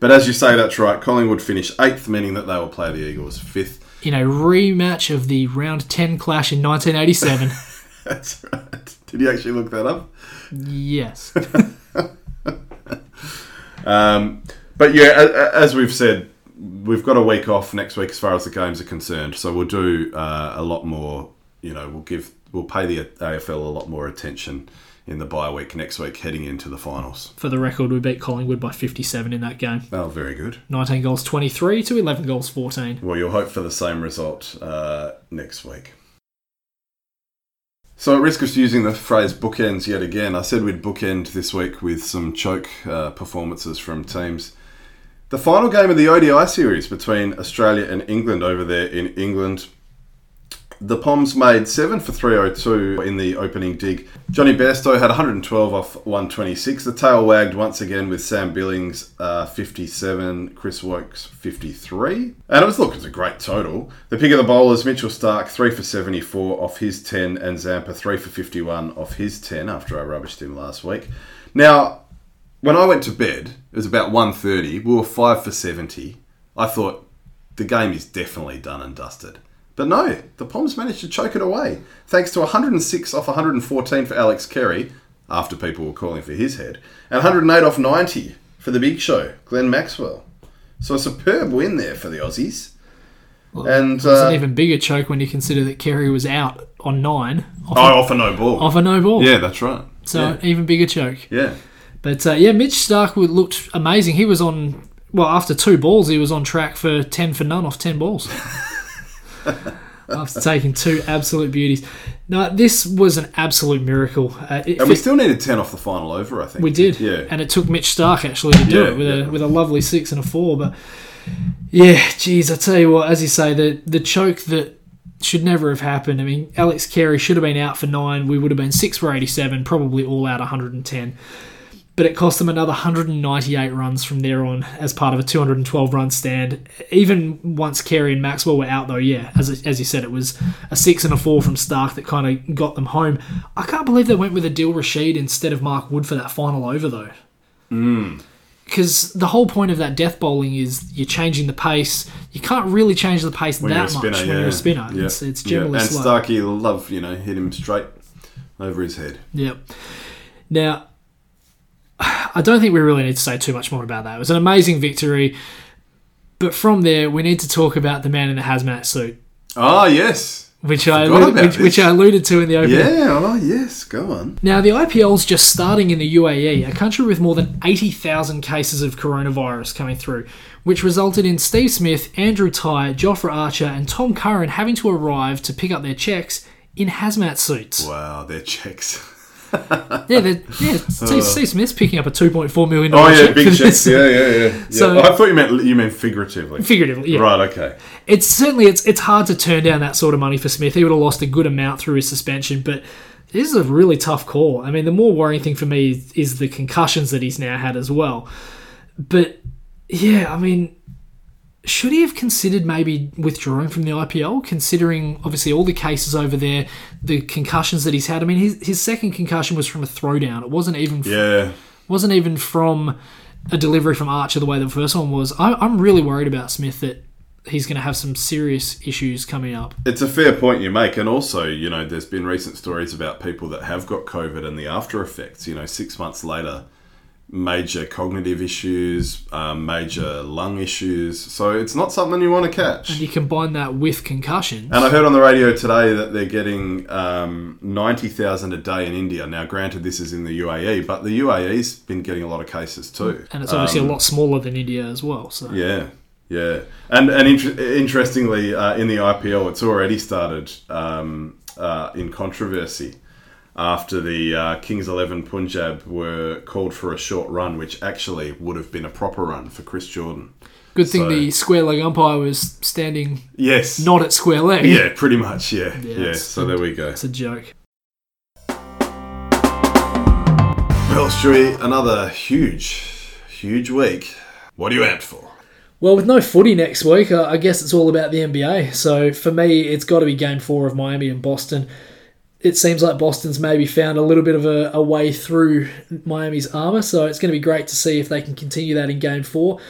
But as you say, that's right. Collingwood finished eighth, meaning that they will play the Eagles fifth. In a rematch of the round 10 clash in 1987. That's right. Did you actually look that up? yes. Um, but yeah, a- a- as we've said, we've got a week off next week as far as the games are concerned. So we'll do uh, a lot more. You know, we'll give we'll pay the AFL a lot more attention in the bye week next week, heading into the finals. For the record, we beat Collingwood by 57 in that game. Oh, very good. 19 goals 23 to 11 goals 14. Well, you'll hope for the same result uh, next week. So, at risk of using the phrase bookends yet again, I said we'd bookend this week with some choke uh, performances from teams. The final game of the ODI series between Australia and England over there in England The Poms made 7 for 302 in the opening dig. Johnny Bairstow had 112 off 126. The tail wagged once again with Sam Billings uh, 57, Chris Wokes 53. And it was, look, it's a great total. The pick of the bowlers, Mitchell Stark 3 for 74 off his 10 and Zampa 3 for 51 off his 10 after I rubbished him last week. Now, when I went to bed, it was about 1.30, we were 5 for 70. I thought, the game is definitely done and dusted. But no, the Poms managed to choke it away, thanks to 106 off 114 for Alex Kerry, after people were calling for his head, and 108 off 90 for the big show, Glenn Maxwell. So a superb win there for the Aussies. and It's an uh, even bigger choke when you consider that Kerry was out on nine off, oh, off a no ball. off a no ball. yeah, that's right. So yeah. an even bigger choke. yeah. But uh, yeah, Mitch Stark would- looked amazing. He was on well after two balls, he was on track for ten for none off ten balls. after taking two absolute beauties. No, this was an absolute miracle. Uh, it And we fit- still needed 10 off the final over, I think. we did, Yeah. and it took Mitch Stark actually to do Yeah, it with yeah. a with a lovely six and a four. But yeah, geez, I tell you what, as you say, the the choke that should never have happened. I mean, Alex Carey should have been out for nine. We would have been six for eighty seven, probably all out one hundred and ten. But it cost them another 198 runs from there on as part of a 212 run stand. Even once Carey and Maxwell were out, though, yeah, as, as you said, it was a six and a four from Stark that kind of got them home. I can't believe they went with Adil Rashid instead of Mark Wood for that final over, though Hmm. because the whole point of that death bowling is you're changing the pace. You can't really change the pace When you're a that spinner, much yeah. when you're a spinner. Yeah. It's, it's Yeah. generally And slow. Starkey, love, you know, hit him straight over his head. Yep. Now, I don't think we really need to say too much more about that. It was an amazing victory, but from there we need to talk about the man in the hazmat suit, Ah, yes. which I Forgot alluded, about which, which this. I alluded to in the opening. Yeah, oh, yes, go on. Now, the IPL's just starting in the UAE, a country with more than 80,000 cases of coronavirus coming through, which resulted in Steve Smith, Andrew Ty, Jofra Archer, and Tom Curran having to arrive to pick up their checks in hazmat suits. Wow, their checks. Yeah, they're- yeah Steve, Steve Smith's picking up a $2.4 million uh, Oh yeah, check for big this. checks. Yeah, yeah, yeah. yeah. So- I thought you meant you meant figuratively. Figuratively, yeah. Right. Okay. It's certainly it's it's hard to turn down that sort of money for Smith. He would have lost a good amount through his suspension, but this is a really tough call. I mean, the more worrying thing for me is, is the concussions that he's now had as well. But yeah, I mean, should he have considered maybe withdrawing from the IPL, considering obviously all the cases over there, the concussions that he's had? I mean, his, his second concussion was from a throwdown. It wasn't even Yeah. wasn't even from a delivery from Archer the way the first one was. I, I'm really worried about Smith that he's going to have some serious issues coming up. It's a fair point you make, and also, you know, there's been recent stories about people that have got COVID and the after effects. You know, six months later, major cognitive issues, um, major lung issues. So it's not something you want to catch. You combine that with concussions. And I heard on the radio today that they're getting um, 90,000 a day in India. Now, granted, this is in the UAE, but the UAE's been getting a lot of cases too. And it's obviously a lot smaller than India as well. So um, Yeah, yeah, and and inter- interestingly, uh, in the IPL, it's already started um, uh, in controversy after the uh, Kings Eleven Punjab were called for a short run, which actually would have been a proper run for Chris Jordan. good thing So- the square leg umpire was standing Yes. not at square leg. yeah, pretty much. Yeah, yeah. it's- So there we go. It's a joke. Well, Stewie, another huge, huge week. What are you out for? Well, with no footy next week, I I guess it's all about the NBA. So for me, it's got to be game four of Miami and Boston. It seems like Boston's maybe found a little bit of a, a way through Miami's armour. So it's going to be great to see if they can continue that in game four.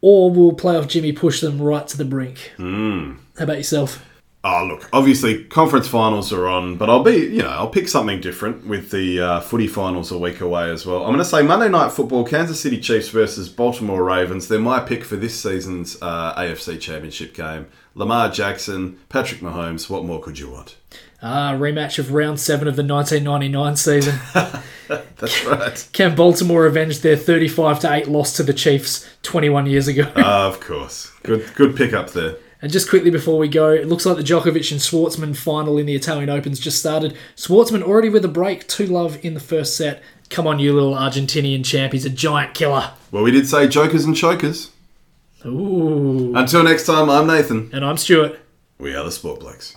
Or will playoff Jimmy push them right to the brink? Hmm. How about yourself? Oh, look, obviously conference finals are on, but I'll be, you know, I'll pick something different with the uh, footy finals a week away as well. I'm going to say Monday Night Football, Kansas City Chiefs versus Baltimore Ravens. They're my pick for this season's uh, AFC Championship game. Lamar Jackson, Patrick Mahomes, what more could you want? Ah, rematch of round seven of the 1999 season. That's right. Can Baltimore avenge their 35 to 8 loss to the Chiefs 21 years ago? Ah, of course. Good good pick up there. And just quickly before we go, it looks like the Djokovic and Schwartzman final in the Italian Opens just started. Schwartzman already with a break, two love in the first set. Come on, you little Argentinian champ, he's a giant killer. Well, we did say jokers and chokers. Ooh. Uh, Until next time, I'm Nathan. And I'm Stuart. We are the Sport Blokes.